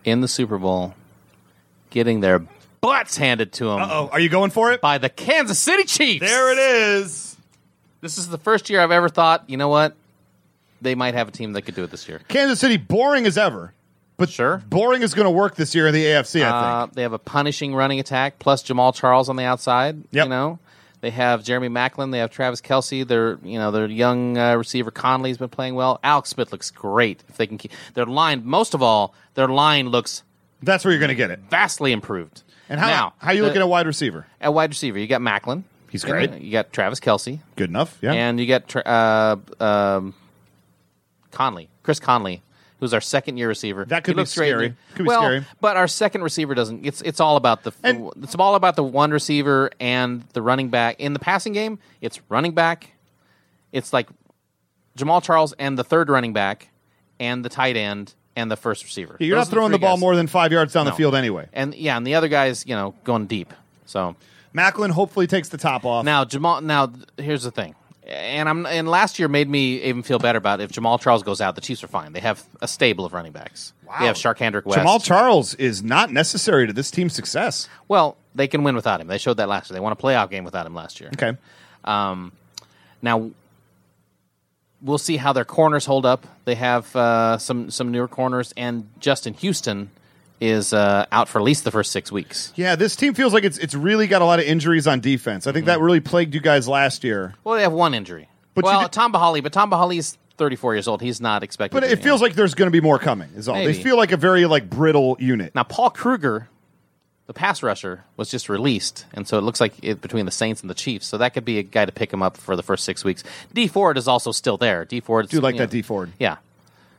B: in the Super Bowl, getting their butts handed to him
A: Oh, are you going for it?
B: by the Kansas City Chiefs.
A: There it is.
B: This is the first year I've ever thought, you know what? They might have a team that could do it this year.
A: Kansas City, boring as ever. But
B: Sure.
A: boring is going to work this year in the AFC, I think.
B: Uh, they have a punishing running attack plus Jamal Charles on the outside.
A: Yep.
B: You know, they have Jeremy Macklin. They have Travis Kelsey. Their you know their young uh, receiver Conley's been playing well. Alex Smith looks great. If they can keep their line, most of all, their line looks
A: That's where you're going to get it.
B: vastly improved.
A: And how
B: now,
A: how you
B: the-
A: looking at wide receiver?
B: at wide receiver? You got Macklin.
A: He's
B: You know,
A: great.
B: You got Travis Kelsey,
A: Good enough. Yeah.
B: and you got Tra- uh, um, Conley, Chris Conley. Who's our second year receiver?
A: That could
B: He
A: be
B: looks great.
A: scary. Could be
B: well,
A: scary.
B: but our second receiver doesn't. It's it's all about the
A: And-
B: it's all about the one receiver and the running back in the passing game. It's running back. It's like Jamal Charles and the third running back and the tight end and the first receiver.
A: you're not
B: Those are
A: throwing the,
B: three
A: ball
B: guys.
A: more than five yards down the
B: No.
A: field anyway.
B: And yeah, and the other guys, you know, going deep. So
A: Macklin hopefully takes the top off.
B: now Jamal. Now th- here's the thing, and I'm and last year made me even feel better about it. if Jamal Charles goes out, the Chiefs are fine. They have a stable of running backs. They have Shark Hendrick West.
A: Jamal Charles is not necessary to this team's success.
B: well, they can win without him. They showed that last year. They won a playoff game without him last year. Um,
A: Okay.
B: Now we'll see how their corners hold up. They have uh, some some newer corners, and Justin Houston is uh, out for at least the first six weeks.
A: Yeah, this team feels like it's it's really got a lot of injuries on defense. I think
B: Mm-hmm.
A: that really plagued you guys last year.
B: Well, they have one injury.
A: But you
B: well,
A: did-
B: Tom Bahali, but Tom Bahali is 34 years old. He's not expected.
A: But
B: to
A: it
B: be-
A: feels like there's going to be more coming. Is all they
B: Maybe.
A: feel like a very like brittle unit.
B: Now, Paul Kruger, the pass rusher, was just released, and so it looks like it between the Saints and the Chiefs. So that could be a guy to pick him up for the first six weeks. D Ford is also still there. D Ford,
A: Do like that D Ford
B: Yeah.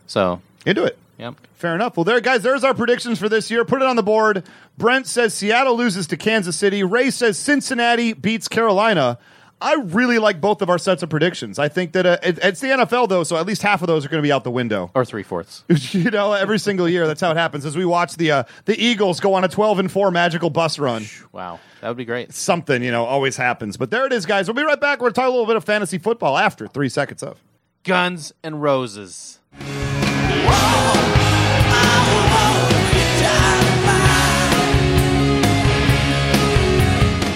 B: So,
A: into it.
B: yep.
A: Fair enough. Well, there, guys, there's our predictions for this year. Put it on the board. Brent says Seattle loses to Kansas City. Ray says Cincinnati beats Carolina. I really like both of our sets of predictions. I think that uh, it, it's the NFL, though, so at least half of those are going to be out the window.
B: Or three fourths.
A: you know, every single year, that's how it happens. As we watch the uh, the Eagles go on a 12 and 4 magical bus run
B: Wow. That would be great.
A: something, you know, always happens. But there it is, guys. We'll be right back. We're going to talk a little bit of fantasy football after three seconds of.
B: Guns and Roses.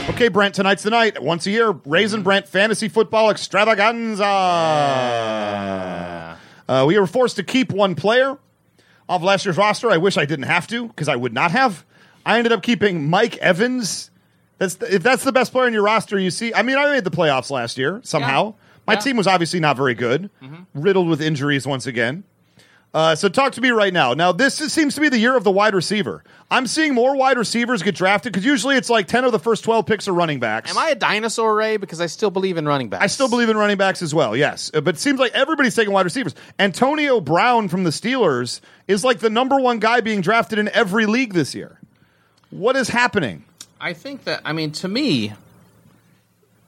A: Okay, Brent, tonight's the night. Once a year, Raisin Brent Fantasy Football Extravaganza. Uh, we were forced to keep one player off last year's roster. I wish I didn't have to because I would not have. I ended up keeping Mike Evans. That's the, if that's the best player in your roster, you see. I mean, I made the playoffs last year somehow.
B: Yeah.
A: My
B: Yeah. Mm-hmm.
A: team was obviously not very good, riddled with injuries once again. Uh, so talk to me right now. Now this is, seems to be the year of the wide receiver. I'm seeing more wide receivers get drafted because usually it's like ten of the first twelve picks are running backs.
B: Am I a dinosaur, Ray? Because I still believe in running backs.
A: I still believe in running backs as well. Yes, Uh, but it seems like everybody's taking wide receivers. Antonio Brown from the Steelers is like the number one guy being drafted in every league this year. What is happening?
B: I think that I mean to me,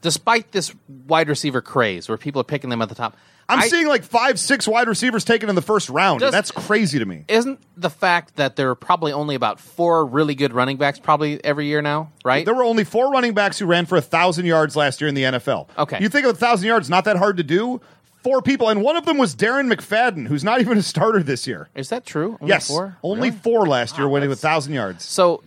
B: despite this wide receiver craze where people are picking them at the top,
A: I'm
B: I-
A: seeing like five, six wide receivers taken in the first round.
B: Does-
A: That's crazy to me.
B: isn't the fact that there are probably only about four really good running backs probably every year now, right?
A: There were only four running backs who ran for a thousand yards last year in the NFL.
B: Okay.
A: you think of a thousand yards, not that hard to do. Four people, and one of them was Darren McFadden, who's not even a starter this year.
B: Is that true? Only
A: yes,
B: four?
A: only
B: Really?
A: four last year,
B: Wow,
A: winning with
B: that's-
A: thousand yards.
B: So,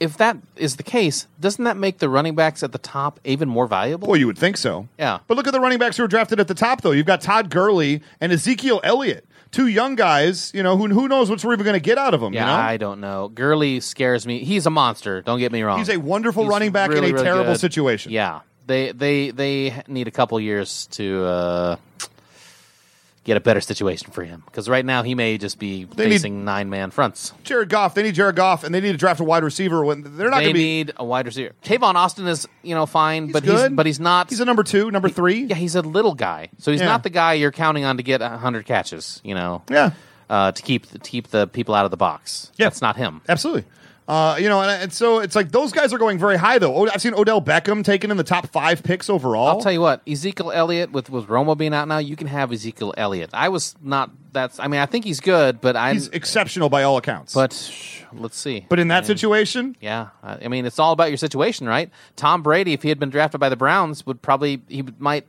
B: if that is the case, doesn't that make the running backs at the top even more valuable?
A: Well, you would think so.
B: Yeah.
A: But look at the running backs who were drafted at the top, though. You've got Todd Gurley and Ezekiel Elliott, two young guys. You know who who knows what we're even going to get out of them.
B: yeah, I
A: you
B: don't know. Gurley scares me. He's a monster. Don't get me wrong.
A: know, he's a wonderful
B: He's
A: running back
B: really,
A: in a
B: really
A: terrible
B: good.
A: situation.
B: Yeah, they they they need a couple years to uh, get a better situation for him because right now he may just be
A: They need-
B: facing nine man fronts.
A: Jared Goff. They need Jared Goff, and they need to draft a wide receiver. When they're not
B: They
A: going to be.
B: need a wide receiver. Tavon Austin is you know fine, but he's
A: good.
B: but he's not.
A: He's a number two, number three.
B: yeah, he's a little guy, so he's
A: Yeah.
B: not the guy you're counting on to get hundred catches. You know,
A: Yeah.
B: uh, to keep to keep the people out of the box.
A: Yeah.
B: that's not him.
A: Absolutely. Uh, you know, and, and so it's like those guys are going very high though. Od- I've seen Odell Beckham taken in the top five picks overall.
B: I'll tell you what, Ezekiel Elliott with with Romo being out now, you can have Ezekiel Elliott. I was not that's. I mean, I think he's good, but I.
A: he's exceptional by all accounts.
B: But sh- let's see.
A: but in that situation,
B: yeah, I I mean, it's all about your situation, right? Tom Brady, if he had been drafted by the Browns, would probably he would- might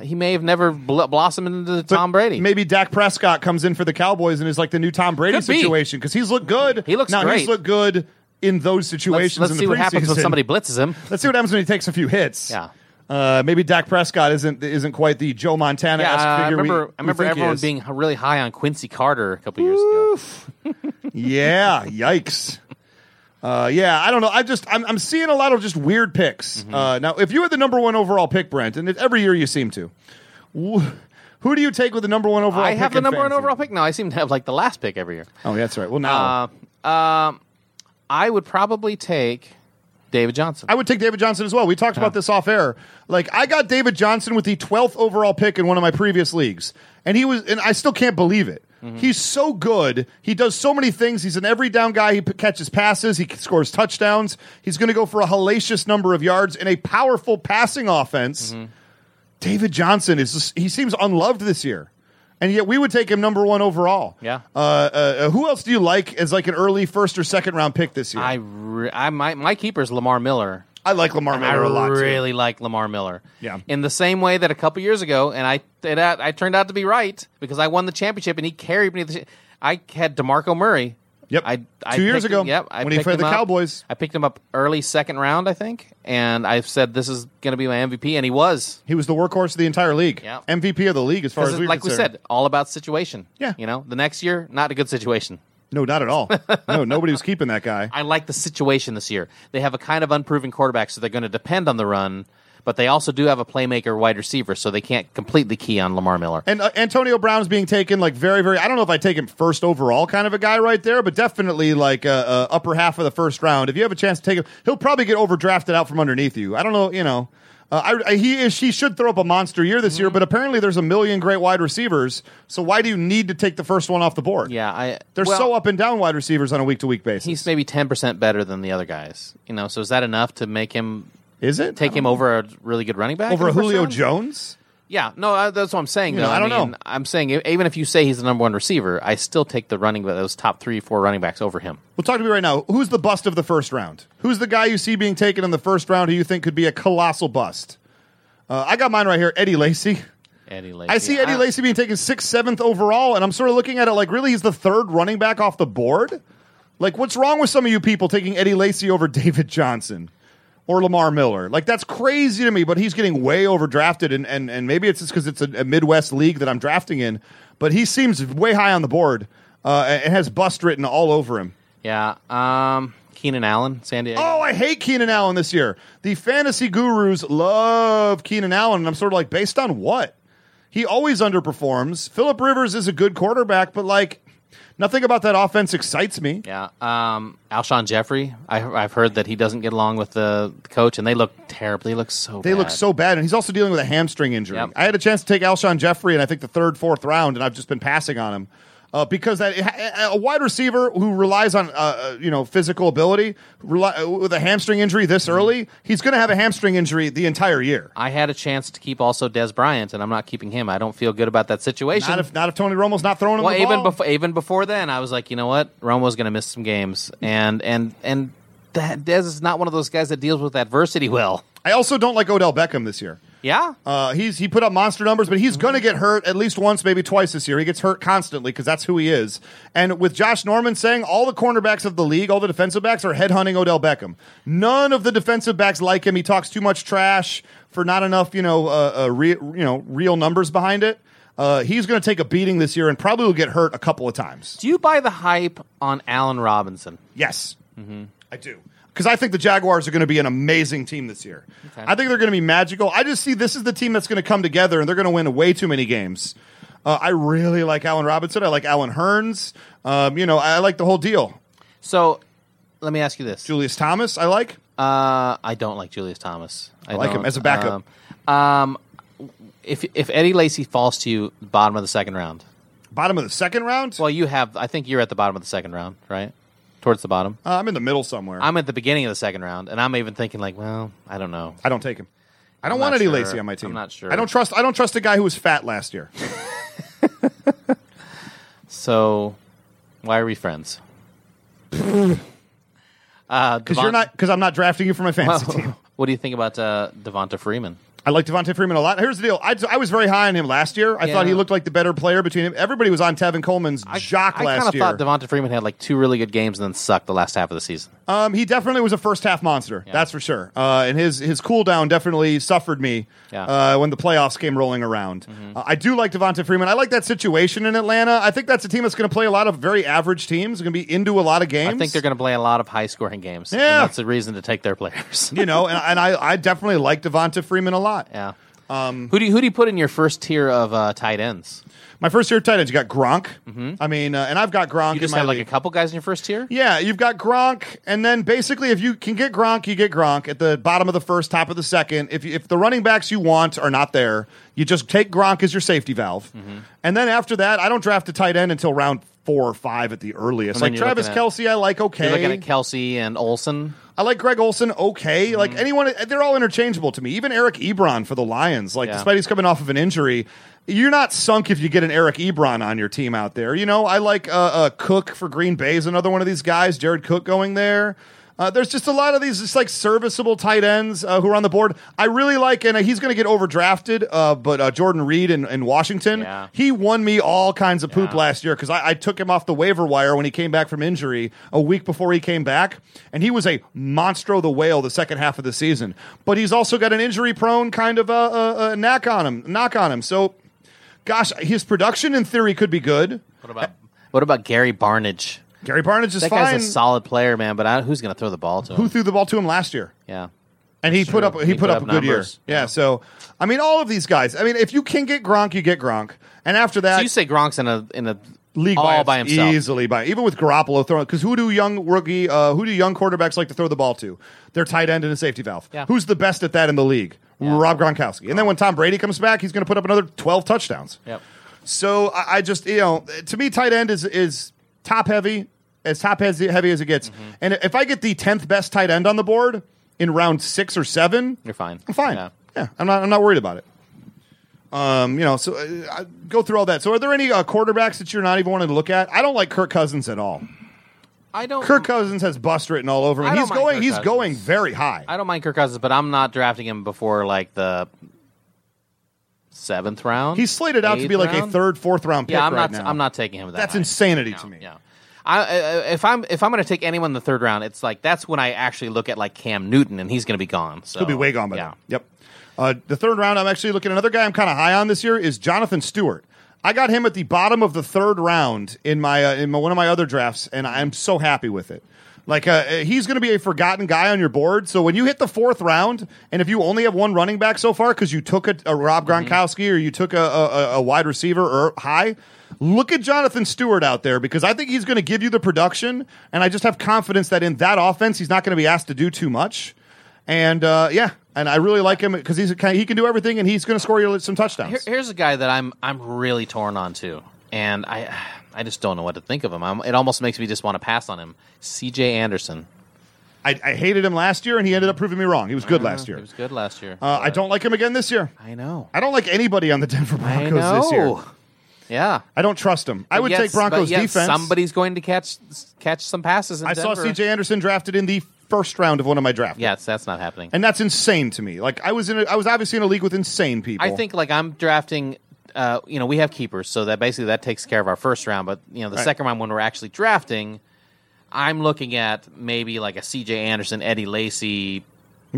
B: he may have never bl- blossomed into the Tom
A: But
B: Brady.
A: Maybe Dak Prescott comes in for the Cowboys and is like the new Tom Brady
B: Could be.
A: situation because he's looked good.
B: He looks
A: now. He's
B: great.
A: looked good in those
B: Let's,
A: situations
B: let's
A: in the
B: see what happens when
A: preseason.
B: somebody blitzes him.
A: Let's see what happens when he takes a few hits.
B: Yeah.
A: Uh, maybe Dak Prescott isn't isn't quite the Joe Montana
B: Yeah,
A: esque
B: uh, I
A: figure. we-
B: remember,
A: we
B: I remember
A: think he
B: everyone
A: is.
B: being h- really high on Quincy Carter a couple years ago.
A: yeah, yikes. Uh, yeah, I don't know. I just I'm, I'm seeing a lot of just weird picks
B: Mm-hmm.
A: uh, now. If you had the number one overall pick, Brent, and it, every year you seem to, wh- who do you take with the number one overall?
B: I
A: pick
B: have the
A: in
B: number one
A: fantasy?
B: overall pick now. I seem to have like the last pick every year.
A: Oh, yeah, that's right. Well, now
B: Uh, um, I would probably take David Johnson.
A: I would take David Johnson as well. We talked about this off air. Like I got David Johnson with the 12th overall pick in one of my previous leagues. And he was and I still can't believe it.
B: Mm-hmm.
A: He's so good. He does so many things. He's an every down guy. He p- catches passes, he c- scores touchdowns. He's going to go for a hellacious number of yards in a powerful passing offense.
B: Mm-hmm.
A: David Johnson is just, he seems unloved this year. And yet we would take him number 1 overall.
B: Yeah.
A: Uh, uh, uh, who else do you like as like an early first or second round pick this year?
B: I,
A: I,
B: re- I my my keeper's Lamar Miller.
A: like Lamar
B: I
A: Miller a lot. too.
B: really like Lamar Miller.
A: Yeah.
B: In the same way that a couple years ago, and I it, I turned out to be right because I won the championship and he carried me. To the, I had Demarco Murray.
A: Yep.
B: I, I
A: Two years
B: picked
A: ago,
B: Him, yep. I
A: when he
B: picked
A: played
B: him
A: the
B: up.
A: Cowboys.
B: I picked him up early second round, I think, and I said this is going to be my MVP, and he was.
A: He was the workhorse of the entire league.
B: Yeah.
A: MVP of the league, as far as
B: 'Cause
A: we
B: like we said, all about situation.
A: Yeah.
B: You know, the next year, not a good situation.
A: No, not at all. no, nobody was keeping that guy.
B: I like the situation this year. They have a kind of unproven quarterback, so they're going to depend on the run, but they also do have a playmaker wide receiver, so they can't completely key on Lamar Miller.
A: And uh, Antonio Brown's being taken like very, very. I don't know if I take him first overall, kind of a guy right there, but definitely like uh, uh, upper half of the first round. If you have a chance to take him, he'll probably get overdrafted out from underneath you. I don't know, you know. Uh, I, I, he is. She should throw up a monster year this
B: Mm-hmm.
A: year, but apparently there's a million great wide receivers. So why do you need to take the first one off the board?
B: yeah, I
A: they're
B: well,
A: so up and down wide receivers on a week to week basis.
B: He's maybe ten percent better than the other guys. You know, so is that enough to make him
A: is it
B: take him over a really good running back
A: over
B: in the first
A: Julio
B: round?
A: Jones?
B: Yeah, no, uh, that's what I'm saying.
A: You
B: though.
A: know, I don't
B: mean,
A: know.
B: I'm saying e- even if you say he's the number one receiver, I still take the running back, those top three, four running backs over him.
A: Well, talk to me right now. Who's the bust of the first round? Who's the guy you see being taken in the first round who you think could be a colossal bust? Uh, I got mine right here, Eddie Lacy.
B: Eddie Lacy.
A: I see Eddie Lacy being taken sixth, seventh overall, and I'm sort of looking at it like, really, he's the third running back off the board. Like, what's wrong with some of you people taking Eddie Lacy over David Johnson or Lamar Miller? Like, that's crazy to me. But he's getting way overdrafted, and and and maybe it's just because it's a, a Midwest league that I'm drafting in. But he seems way high on the board uh, and and has bust written all over him.
B: Yeah, um, Keenan Allen, San Diego.
A: Oh, I hate Keenan Allen this year. The fantasy gurus love Keenan Allen, and I'm sort of like, based on what? He always underperforms. Philip Rivers is a good quarterback, but like, nothing about that offense excites me.
B: Yeah, um, Alshon Jeffrey. I, I've heard that he doesn't get along with the coach, and they look terrible. They look so.
A: They look so bad, and he's also dealing with a hamstring injury.
B: Yep.
A: I had a chance to take Alshon Jeffrey, and I think the third, fourth round, and I've just been passing on him uh, because that a wide receiver who relies on uh, uh, you know physical ability rely, uh, with a hamstring injury this early, he's going to have a hamstring injury the entire year.
B: I had a chance to keep also Des Bryant, and I'm not keeping him. I don't feel good about that situation.
A: Not if not if Tony Romo's not throwing him
B: well,
A: the ball.
B: even before even before then, I was like, you know what, Romo's going to miss some games, and and and that Des is not one of those guys that deals with adversity well.
A: I also don't like Odell Beckham this year.
B: Yeah,
A: Uh, he's he put up monster numbers, but he's going to get hurt at least once, maybe twice this year. He gets hurt constantly because that's who he is. And with Josh Norman saying all the cornerbacks of the league, all the defensive backs are headhunting Odell Beckham. None of the defensive backs like him. He talks too much trash for not enough, you know, uh, uh, re- you know, real numbers behind it. Uh, he's going to take a beating this year and probably will get hurt a couple of times.
B: do you buy the hype on Allen Robinson?
A: Yes,
B: Mm-hmm.
A: I do. Because I think the Jaguars are going to be an amazing team this year. I think they're going to be magical. I just see this is the team that's going to come together and they're going to win way too many games. Uh, I really like Allen Robinson. I like Allen Hearns. Um, you know, I like the whole deal.
B: So, let me ask you this:
A: Julius Thomas, I like.
B: Uh, I don't like Julius Thomas. I,
A: like him
B: don't.
A: as a backup.
B: Um, um, if if Eddie Lacy falls to you bottom of the second round,
A: Bottom of the second round.
B: well, you have. I think you're at the bottom of the second round, right? Towards the bottom.
A: Uh, I'm in the middle somewhere. I'm,
B: I'm at the beginning of the second round, and I'm even thinking like, well, I don't know.
A: I do not take him. I don't
B: I'm
A: want
B: not
A: any
B: sure.
A: Lacy on my team.
B: I'm not sure.
A: I don't trust. I don't trust a guy who was fat last year.
B: So, why are we friends? Because uh,
A: Because you're
B: Devon-
A: not. Because I'm not drafting you for my fantasy team.
B: Well, what do you think about uh, Devonta Freeman?
A: I like Devontae Freeman a lot. Here's the deal: I, I was very high on him last year. I thought he
B: Yeah.
A: looked like the better player between him. Everybody was on Tevin Coleman's jock
B: I
A: last
B: kind of
A: year.
B: thought Devonta Freeman had like two really good games and then sucked the last half of the season.
A: Um, he definitely was a first half monster. That's for sure. Uh, and his his cooldown definitely suffered me
B: Yeah. Mm-hmm.
A: uh, when the playoffs came rolling around. Uh, I do like Devonta Freeman. I like that situation in Atlanta. I think that's a team that's going to play a lot of very average teams. Going to be into a lot of games.
B: I think they're going to play a lot of high scoring games. and
A: Yeah.
B: that's a reason to take their players.
A: you know, and, and I I definitely like Devonta Freeman a lot.
B: yeah.
A: Um,
B: who do you, who do you put in your first tier of uh, tight ends?
A: My first year tight ends, you got Gronk. I mean, uh, and I've got Gronk.
B: Mm-hmm. You
A: in
B: just
A: my
B: have like a
A: league.
B: couple guys in your first tier.
A: Yeah, you've got Gronk, and then basically, if you can get Gronk, you get Gronk at the bottom of the first, top of the second. If if the running backs you want are not there, you just take Gronk as your safety valve,
B: Mm-hmm.
A: and then after that, I don't draft a tight end until round four or five at the earliest.
B: And then
A: Like
B: you're
A: Travis
B: looking at-
A: Kelsey, I like okay.
B: You're looking at Kelsey and Olson.
A: I like Greg Olson, okay. Like anyone, they're all interchangeable to me. Even Eric Ebron for the Lions, like
B: Yeah.
A: despite he's coming off of an injury, you're not sunk if you get an Eric Ebron on your team out there. You know, I like uh, uh, Cook for Green Bay is another one of these guys. Jared Cook going there. Uh, there's just a lot of these just like serviceable tight ends uh, who are on the board. I really like, and uh, he's going to get overdrafted. Uh, but uh, Jordan Reed in, in Washington,
B: Yeah.
A: he won me all kinds of poop
B: Yeah.
A: last year because I, I took him off the waiver wire when he came back from injury a week before he came back, and he was a monstro the whale the second half of the season. But he's also got an injury prone kind of a uh, uh, knack on him, knock on him. So, gosh, his production in theory could be good.
B: What about what about Gary Barnage?
A: Gary Barnage is
B: That
A: fine.
B: guy's a solid player, man. But I, who's going to throw the ball to him?
A: Who threw the ball to him last year?
B: yeah.
A: And he put up
B: true.
A: he, put, up, a good year.
B: numbers.
A: Yeah, so I mean all of these guys. I mean if you can get Gronk, you get Gronk. And after that
B: So you say Gronk's in a in a
A: league
B: all by himself.
A: easily by even with Garoppolo throwing because who do young rookie uh, who do young quarterbacks like to throw the ball to? Their tight end and a safety valve.
B: Yeah.
A: Who's the best at that in the league? Rob Gronkowski. And then when Tom Brady comes back, he's going to put up another twelve touchdowns.
B: Yep.
A: So I, I just you know to me tight end is is top heavy as top as heavy as it gets.
B: Mm-hmm.
A: And if I get the tenth best tight end on the board in round six or seven,
B: You're fine.
A: I'm fine.
B: Yeah.
A: Yeah. I'm not. I'm not worried about it. Um, you know, so uh, I go through all that. So, are there any uh, quarterbacks that you're not even wanting to look at? I don't like Kirk Cousins at all.
B: I don't.
A: Kirk Cousins has bust written all over him.
B: I
A: and
B: don't
A: He's
B: mind
A: going.
B: Kirk
A: he's
B: Cousins.
A: going very high.
B: I don't mind Kirk Cousins, but I'm not drafting him before like the seventh round.
A: he's slated out to
B: eighth
A: be like a
B: round?
A: third, fourth round pick
B: Yeah, I'm
A: right
B: not.
A: now.
B: I'm not taking him. That
A: That's
B: high.
A: insanity
B: No,
A: to me.
B: Yeah. I, I, if I'm if I'm going to take anyone in the third round, it's like that's when I actually look at like Cam Newton, and he's going to be gone. So
A: He'll be way gone by
B: yeah.
A: then. Yep. Uh, the third round, I'm actually looking another guy I'm kind of high on this year is Jonathan Stewart. I got him at the bottom of the third round in my uh, in my, one of my other drafts, and I'm so happy with it. Like uh, uh, he's going to be a forgotten guy on your board. So when you hit the fourth round, and if you only have one running back so far because you took a, a Rob
B: Mm-hmm.
A: Gronkowski or you took a, a, a wide receiver or high, look at Jonathan Stewart out there because I think he's going to give you the production, and I just have confidence that in that offense he's not going to be asked to do too much. And uh, yeah, and I really like him because he's a kind he can do everything, and he's going to score you some touchdowns.
B: Here- here's a guy that I'm I'm really torn on too, and I I just don't know what to think of him. I'm, it almost makes me just want to pass on him. C.J. Anderson.
A: I, I hated him last year, and he ended up proving me wrong. He was good last year.
B: He was good last year.
A: uh, I don't like him again this year.
B: I know.
A: I don't like anybody on the Denver
B: I
A: Broncos
B: know.
A: this year.
B: Yeah.
A: I don't trust him. I would
B: Yes,
A: take Broncos
B: but yet
A: defense.
B: Somebody's going to catch catch some passes. In
A: I saw
B: Denver.
A: C.J. Anderson drafted in the first round of one of my drafts.
B: Yes, that's not happening.
A: and that's insane to me. Like I was in, a, I was obviously in a league with insane people.
B: I think like I'm drafting. Uh, you know, we have keepers, so that basically that takes care of our first round. But you know, the
A: Right.
B: second round when we're actually drafting, I'm looking at maybe like a C.J. Anderson, Eddie Lacy.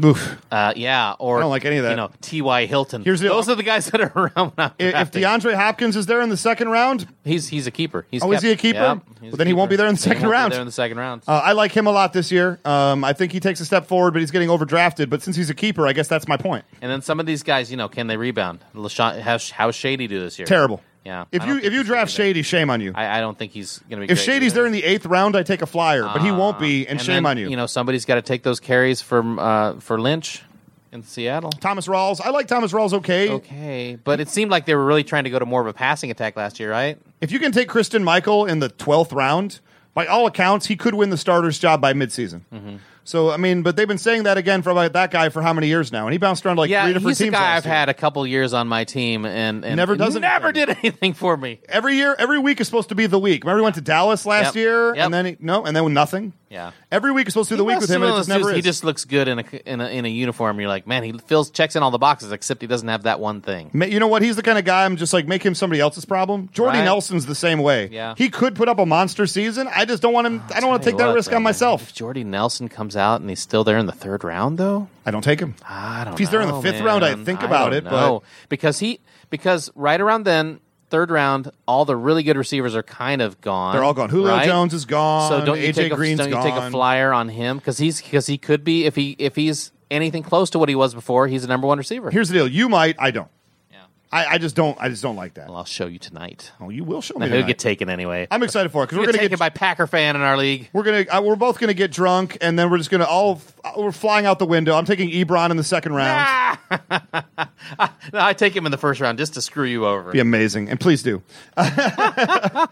A: Oof.
B: Uh, yeah, or
A: I don't like any of that.
B: You know, T.Y. Hilton.
A: Here's the-
B: Those are the guys that are around. When I'm
A: I- if
B: drafting.
A: DeAndre Hopkins is there in the second round,
B: he's he's a keeper. He's
A: Oh, is
B: kept-
A: he a keeper?
B: Yep,
A: Well,
B: he's a
A: then he won't
B: keeper.
A: be there in the
B: He
A: second
B: won't be
A: round.
B: there in the second round.
A: Uh, I like him a lot this year. Um, I think he takes a step forward, but he's getting overdrafted. But since he's a keeper, I guess that's my point.
B: and then some of these guys, you know, can they rebound? LaShawn, how how shady do this year?
A: Terrible.
B: Yeah.
A: If
B: I
A: you
B: don't
A: if
B: think
A: you
B: he's
A: draft
B: gonna be
A: Shady, shame on you.
B: there. I, I don't think he's going to be.
A: if
B: great
A: Shady's
B: either.
A: there in the eighth round, I take a flyer, but he won't be, and, shame
B: then,
A: on you.
B: You know, somebody's got to take those carries from uh, for Lynch in Seattle.
A: Thomas Rawls, I like Thomas Rawls. Okay.
B: Okay, but it seemed like they were really trying to go to more of a passing attack last year, right?
A: if you can take Kristen Michael in the twelfth round, by all accounts, he could win the starter's job by midseason.
B: Mm-hmm.
A: So I mean, but they've been saying that again for about that guy for how many years now, and he bounced around to like
B: Yeah,
A: three different
B: he's a
A: teams.
B: guy
A: last
B: I've
A: year.
B: had a couple years on my team, and, and
A: Never does
B: never
A: anything.
B: did anything for me.
A: every year, every week is supposed to be the week. Remember, we went to Dallas last
B: Yep.
A: year,
B: Yep.
A: and then he, no, and then nothing.
B: Yeah.
A: Every week is supposed to be the week with him, and it just never is.
B: He just looks good in a, in a in a uniform. You're like, man, he fills checks in all the boxes, except he doesn't have that one thing.
A: Ma- You know what? He's the kind of guy I'm just like, make him somebody else's problem. Jordy
B: Right.
A: Nelson's the same way.
B: Yeah.
A: He could put up a monster season. I just don't want him, I don't want to
B: Tell you
A: take that
B: what,
A: risk on
B: Brandon,
A: myself.
B: If Jordy Nelson comes out and he's still there in the third round, though,
A: I don't take him.
B: I don't.
A: If he's there in the
B: know,
A: fifth round, I'd
B: man.
A: think
B: I
A: about
B: don't
A: it, but-
B: know. because he because right around then, third round, all the really good receivers are kind of gone.
A: They're all gone. Julio
B: right?
A: Jones is gone.
B: So don't you
A: AJ
B: take a,
A: Green's
B: don't you
A: gone.
B: take a flyer on him because he's because he could be if he if he's anything close to what he was before, he's a number one receiver.
A: Here's the deal. You might. I don't.
B: yeah.
A: I, I just don't. I just don't like that.
B: Well, I'll show you tonight.
A: Oh, you will show
B: Now,
A: me.
B: he'll
A: Tonight.
B: get taken anyway.
A: I'm excited for it because
B: He'll
A: we're
B: get
A: gonna
B: taken
A: get.
B: by Packer fan in our league.
A: we're gonna. Uh, we're both gonna get drunk, and then we're just gonna all. we're flying out the window. I'm taking Ebron in the second round.
B: Ah! No, I take him in the first round just to screw you over.
A: be amazing, and please do. uh,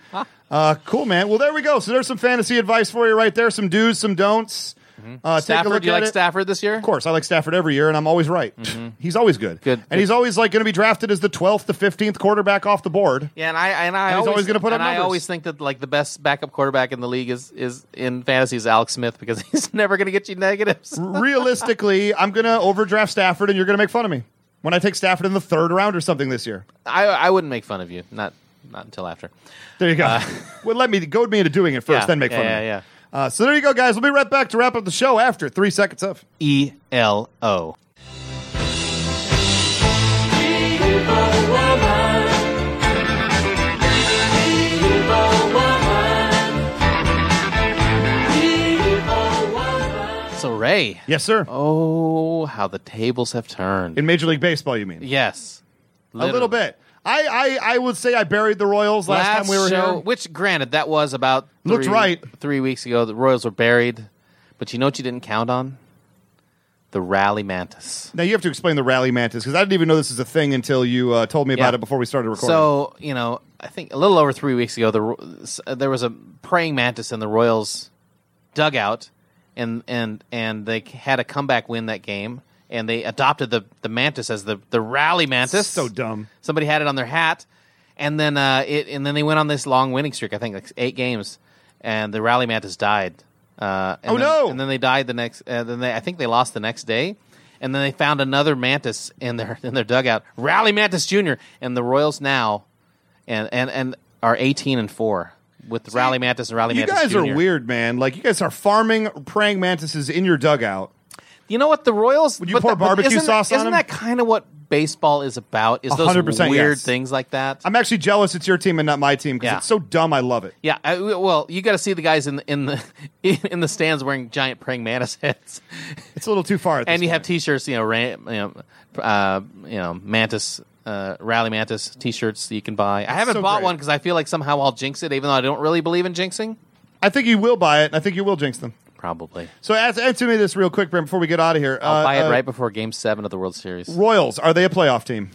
A: cool, man. Well, there we go. So there's some fantasy advice for you right there. Some do's, some don'ts. Uh, take a
B: Mm-hmm. Stafford,
A: look
B: do you
A: at
B: like
A: it.
B: Stafford this year?
A: Of course, I like Stafford every year, and I'm always right. he's always good.
B: Good.
A: and he's always like going to be drafted as the 12th to 15th quarterback off the board.
B: Yeah, and I and I
A: he's
B: always,
A: always gonna put up
B: and I
A: numbers.
B: always think that like the best backup quarterback in the league is is in fantasy is Alex Smith because he's never going to get you negatives.
A: Realistically, I'm going to overdraft Stafford, and you're going to make fun of me when I take Stafford in the third round or something this year.
B: I I wouldn't make fun of you. Not not until after.
A: There you go. well, let me goad me into doing it first,
B: Uh, Yeah,
A: then make
B: yeah,
A: fun
B: yeah,
A: of me.
B: yeah.
A: Uh, so there you go, guys. We'll be right back to wrap up the show after three seconds of.
B: E L O. So Ray,
A: Yes, sir.
B: oh, how the tables have turned.
A: In Major League Baseball, you mean?
B: yes,
A: A little bit. I, I, I would say I buried the Royals last,
B: Last
A: time we were
B: show,
A: here.
B: which granted that was about three,
A: Looked right.
B: three weeks ago. The Royals were buried, but you know what you didn't count on? The rally mantis.
A: Now you have to explain the rally mantis because I didn't even know this is a thing until you uh, told me about
B: Yeah.
A: it before we started recording.
B: So you know, I think a little over three weeks ago, the Ro- s- uh, there was a praying mantis in the Royals dugout, and and and they c- had a comeback win that game, and they adopted the the mantis as the the rally mantis.
A: so dumb.
B: Somebody had it on their hat, and then uh, it and then they went on this long winning streak. I think like eight games, and the rally mantis died. Uh, and
A: Oh,
B: then-
A: no!
B: And then they died the next. Uh, then they, I think they lost the next day, and then they found another mantis in their in their dugout. Rally mantis Junior and the Royals now, and and and are eighteen and four with rally mantis and rally
A: you
B: mantis.
A: guys
B: Jr..
A: are weird, man. Like you guys are farming praying mantises in your dugout.
B: You know what the Royals?
A: Would you
B: but
A: pour
B: that- but
A: barbecue
B: isn't that-
A: sauce on
B: Isn't
A: them?
B: that kind of what baseball is about? Is those
A: 100%
B: weird
A: yes.
B: things like that?
A: I'm actually jealous it's your team and not my team because
B: Yeah.
A: it's so dumb. I love it.
B: Yeah, I, well, you got to see the guys in the in the in the stands wearing giant praying mantis heads,
A: It's a little too far. At this
B: and you have
A: point.
B: T-shirts, you know, ram, you know, uh, you know, mantis. Uh, rally mantis t-shirts that you can buy. I haven't
A: so
B: bought
A: great.
B: one because I feel like somehow I'll jinx it, even though I don't really believe in jinxing.
A: I think you will buy it. and I think you will jinx them.
B: Probably,
A: So answer, answer me this real quick, Brent, before we get out of here.
B: I'll
A: Uh,
B: buy it
A: uh,
B: right before Game Seven of the World Series.
A: Royals are they a playoff team?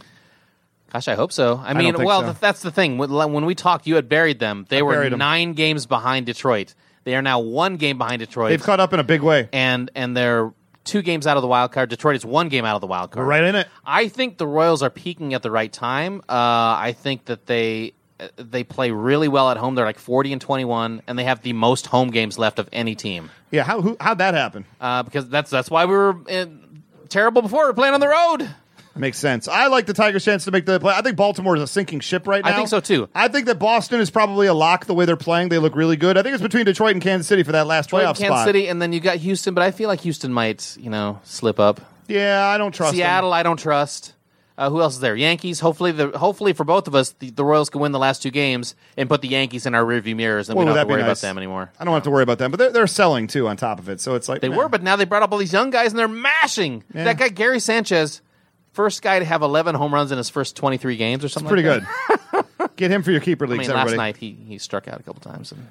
B: Gosh, I hope so. I mean,
A: think
B: well,
A: so.
B: th- that's the thing. When when we talked, you had buried them. They were
A: buried 'em.
B: nine games behind Detroit. They are now one game behind Detroit.
A: They've caught up in a big way.
B: and and they're two games out of the wild card. Detroit is one game out of the wild card.
A: Right in it.
B: I think the Royals are peaking at the right time. Uh, I think that they uh, they play really well at home. They're like forty and twenty one, and they have the most home games left of any team.
A: Yeah. How who, how'd that happen?
B: Uh, because that's that's why we were uh terrible before. We're playing on the road.
A: Makes sense. I like the Tigers' chance to make the play. I think Baltimore is a sinking ship right now.
B: I think so, too.
A: I think that Boston is probably a lock the way they're playing. They look really good. I think it's between Detroit and Kansas City for that last playoff
B: Kansas
A: spot.
B: City, and then you got Houston. But I feel like Houston might you know slip up.
A: Yeah, I don't trust them.
B: Seattle, I don't trust. Uh, who else is there? Yankees. Hopefully, the hopefully for both of us, the, the Royals can win the last two games and put the Yankees in our rearview mirrors, and
A: Well,
B: we
A: would
B: don't
A: that
B: have to
A: be
B: worry
A: nice?
B: about them anymore.
A: I don't have to worry about them, but they're, they're selling too on top of it. So it's like eh,
B: They
A: man.
B: were, but now they brought up all these young guys and they're mashing.
A: Yeah.
B: That guy Gary Sanchez, first guy to have eleven home runs in his first twenty three games or something.
A: pretty
B: like
A: good. Get him for your keeper
B: That. I
A: leagues,
B: mean,
A: everybody.
B: last night he he struck out a couple times and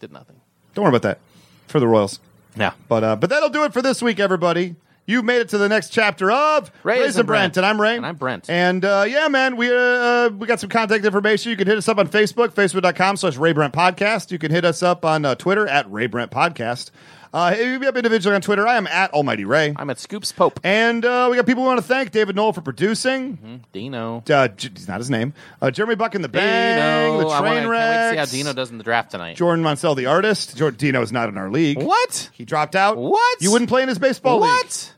B: did nothing.
A: Don't worry about that for the Royals.
B: Yeah.
A: But uh, but that'll do it for this week, everybody. You made it to the next chapter of
B: Rays
A: Rays
B: and
A: Brent.
B: Brent.
A: and I'm Ray,
B: And I'm Brent.
A: and uh, yeah, man, we uh, we got some contact information. You can hit us up on Facebook, facebook.com/slash Ray Brent Podcast. You can hit us up on uh, Twitter at Ray Brent Podcast. Uh, hit me up individually on Twitter. I am at Almighty Ray.
B: I'm at Scoops Pope.
A: And uh, we got people we want to thank David Knoll for producing.
B: Dino.
A: Uh, J- it's not his name. Uh, Jeremy Buck in the bang.
B: Mm-hmm. Dino.
A: the
B: I
A: train
B: wanna, can't wait to
A: wrecks.
B: see how Dino does in the draft tonight.
A: Jordan Monsell, the artist. Jor- Dino is not in our league.
B: What?
A: He dropped out.
B: What?
A: You wouldn't play in his baseball league.
B: What?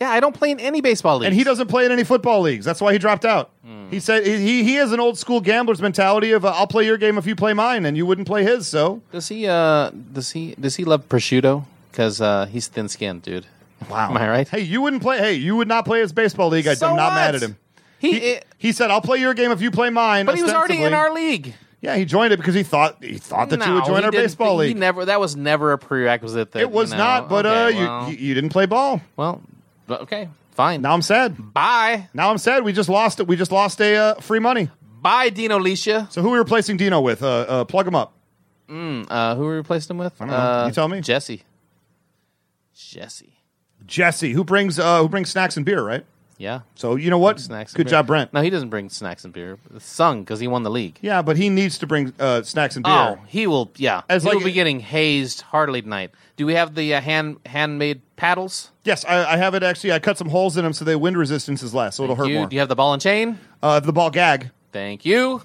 B: Yeah, I don't play in any baseball league.
A: And he doesn't play in any football leagues. That's why he dropped out.
B: Hmm.
A: He said he, he he has an old school gambler's mentality of uh, I'll play your game if you play mine, and you wouldn't play his. So
B: Does he? Uh, does he? Does he love prosciutto? Because uh, he's thin-skinned, dude.
A: wow,
B: Am I right?
A: Hey, you wouldn't play. Hey, you would not play his baseball league. I-
B: So
A: I'm not mad at
B: what?
A: him.
B: He,
A: He, he said I'll play your game if you play mine.
B: but he was already in
A: ostensibly.
B: our league.
A: Yeah, he joined it because he thought he thought that you
B: No,
A: would join
B: he
A: our
B: didn't
A: baseball
B: think-
A: league.
B: He never. That was never a prerequisite. That,
A: it was
B: you know,
A: not, but
B: okay,
A: uh,
B: well,
A: you, you you didn't play ball.
B: well, but okay, fine.
A: Now I'm sad.
B: bye,
A: Now I'm sad. We just lost it. We just lost a uh, free money.
B: bye, Dino Alicia.
A: So who are we replacing Dino with? Uh, uh, plug him up.
B: Uh, who replaced him with? I
A: don't know. You tell me.
B: Jesse. Jesse.
A: Jesse, who brings uh, who brings snacks and beer, right?
B: Yeah.
A: So you know what?
B: Snacks. and
A: Good
B: beer.
A: job, Brent.
B: No, he doesn't bring snacks and beer. It's sung because he won the league.
A: Yeah, but he needs to bring uh, snacks and beer.
B: Oh, he will. Yeah,
A: As
B: he
A: like-
B: will be getting hazed hardly tonight. Do we have the uh, hand handmade paddles?
A: Yes, I, I have it actually. I cut some holes in them so the wind resistance is less, so it'll hurt
B: You,
A: Oh, more.
B: do you have the ball and chain?
A: Uh, the ball gag
B: Thank you,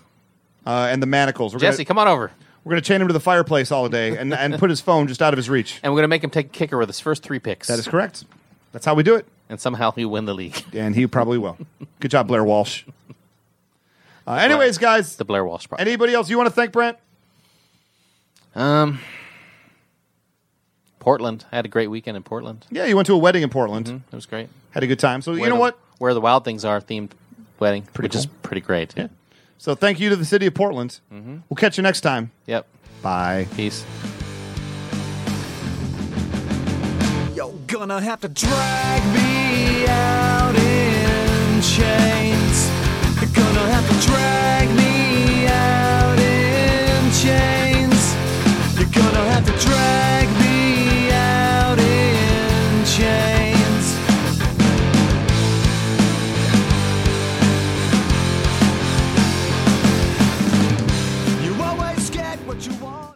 A: uh, and the manacles. We're
B: Jesse.
A: gonna,
B: Come on over,
A: we're gonna chain him to the fireplace all day and and put his phone just out of his reach.
B: and we're gonna make him take a kicker with his first three picks.
A: That is correct. That's how we do it,
B: and somehow he win the league.
A: and he probably will. Good job, Blair Walsh. Uh, anyways, guys,
B: The Blair Walsh part.
A: anybody else you want to thank, Brent?
B: Um, Portland. I had a great weekend in Portland.
A: Yeah, you went to a wedding in Portland,
B: It was great.
A: had a good time. So you
B: Where
A: know
B: the-
A: what?
B: Where the wild things are themed wedding, which is
A: cool.
B: pretty great. Yeah.
A: So thank you to the city of Portland.
B: Mm-hmm.
A: We'll catch you next time.
B: Yep.
A: Bye.
B: Peace.
C: You're gonna have to drag me out in chains. You're gonna have to drag me out in chains. You're gonna have to drag me out in chains. You always get what you want.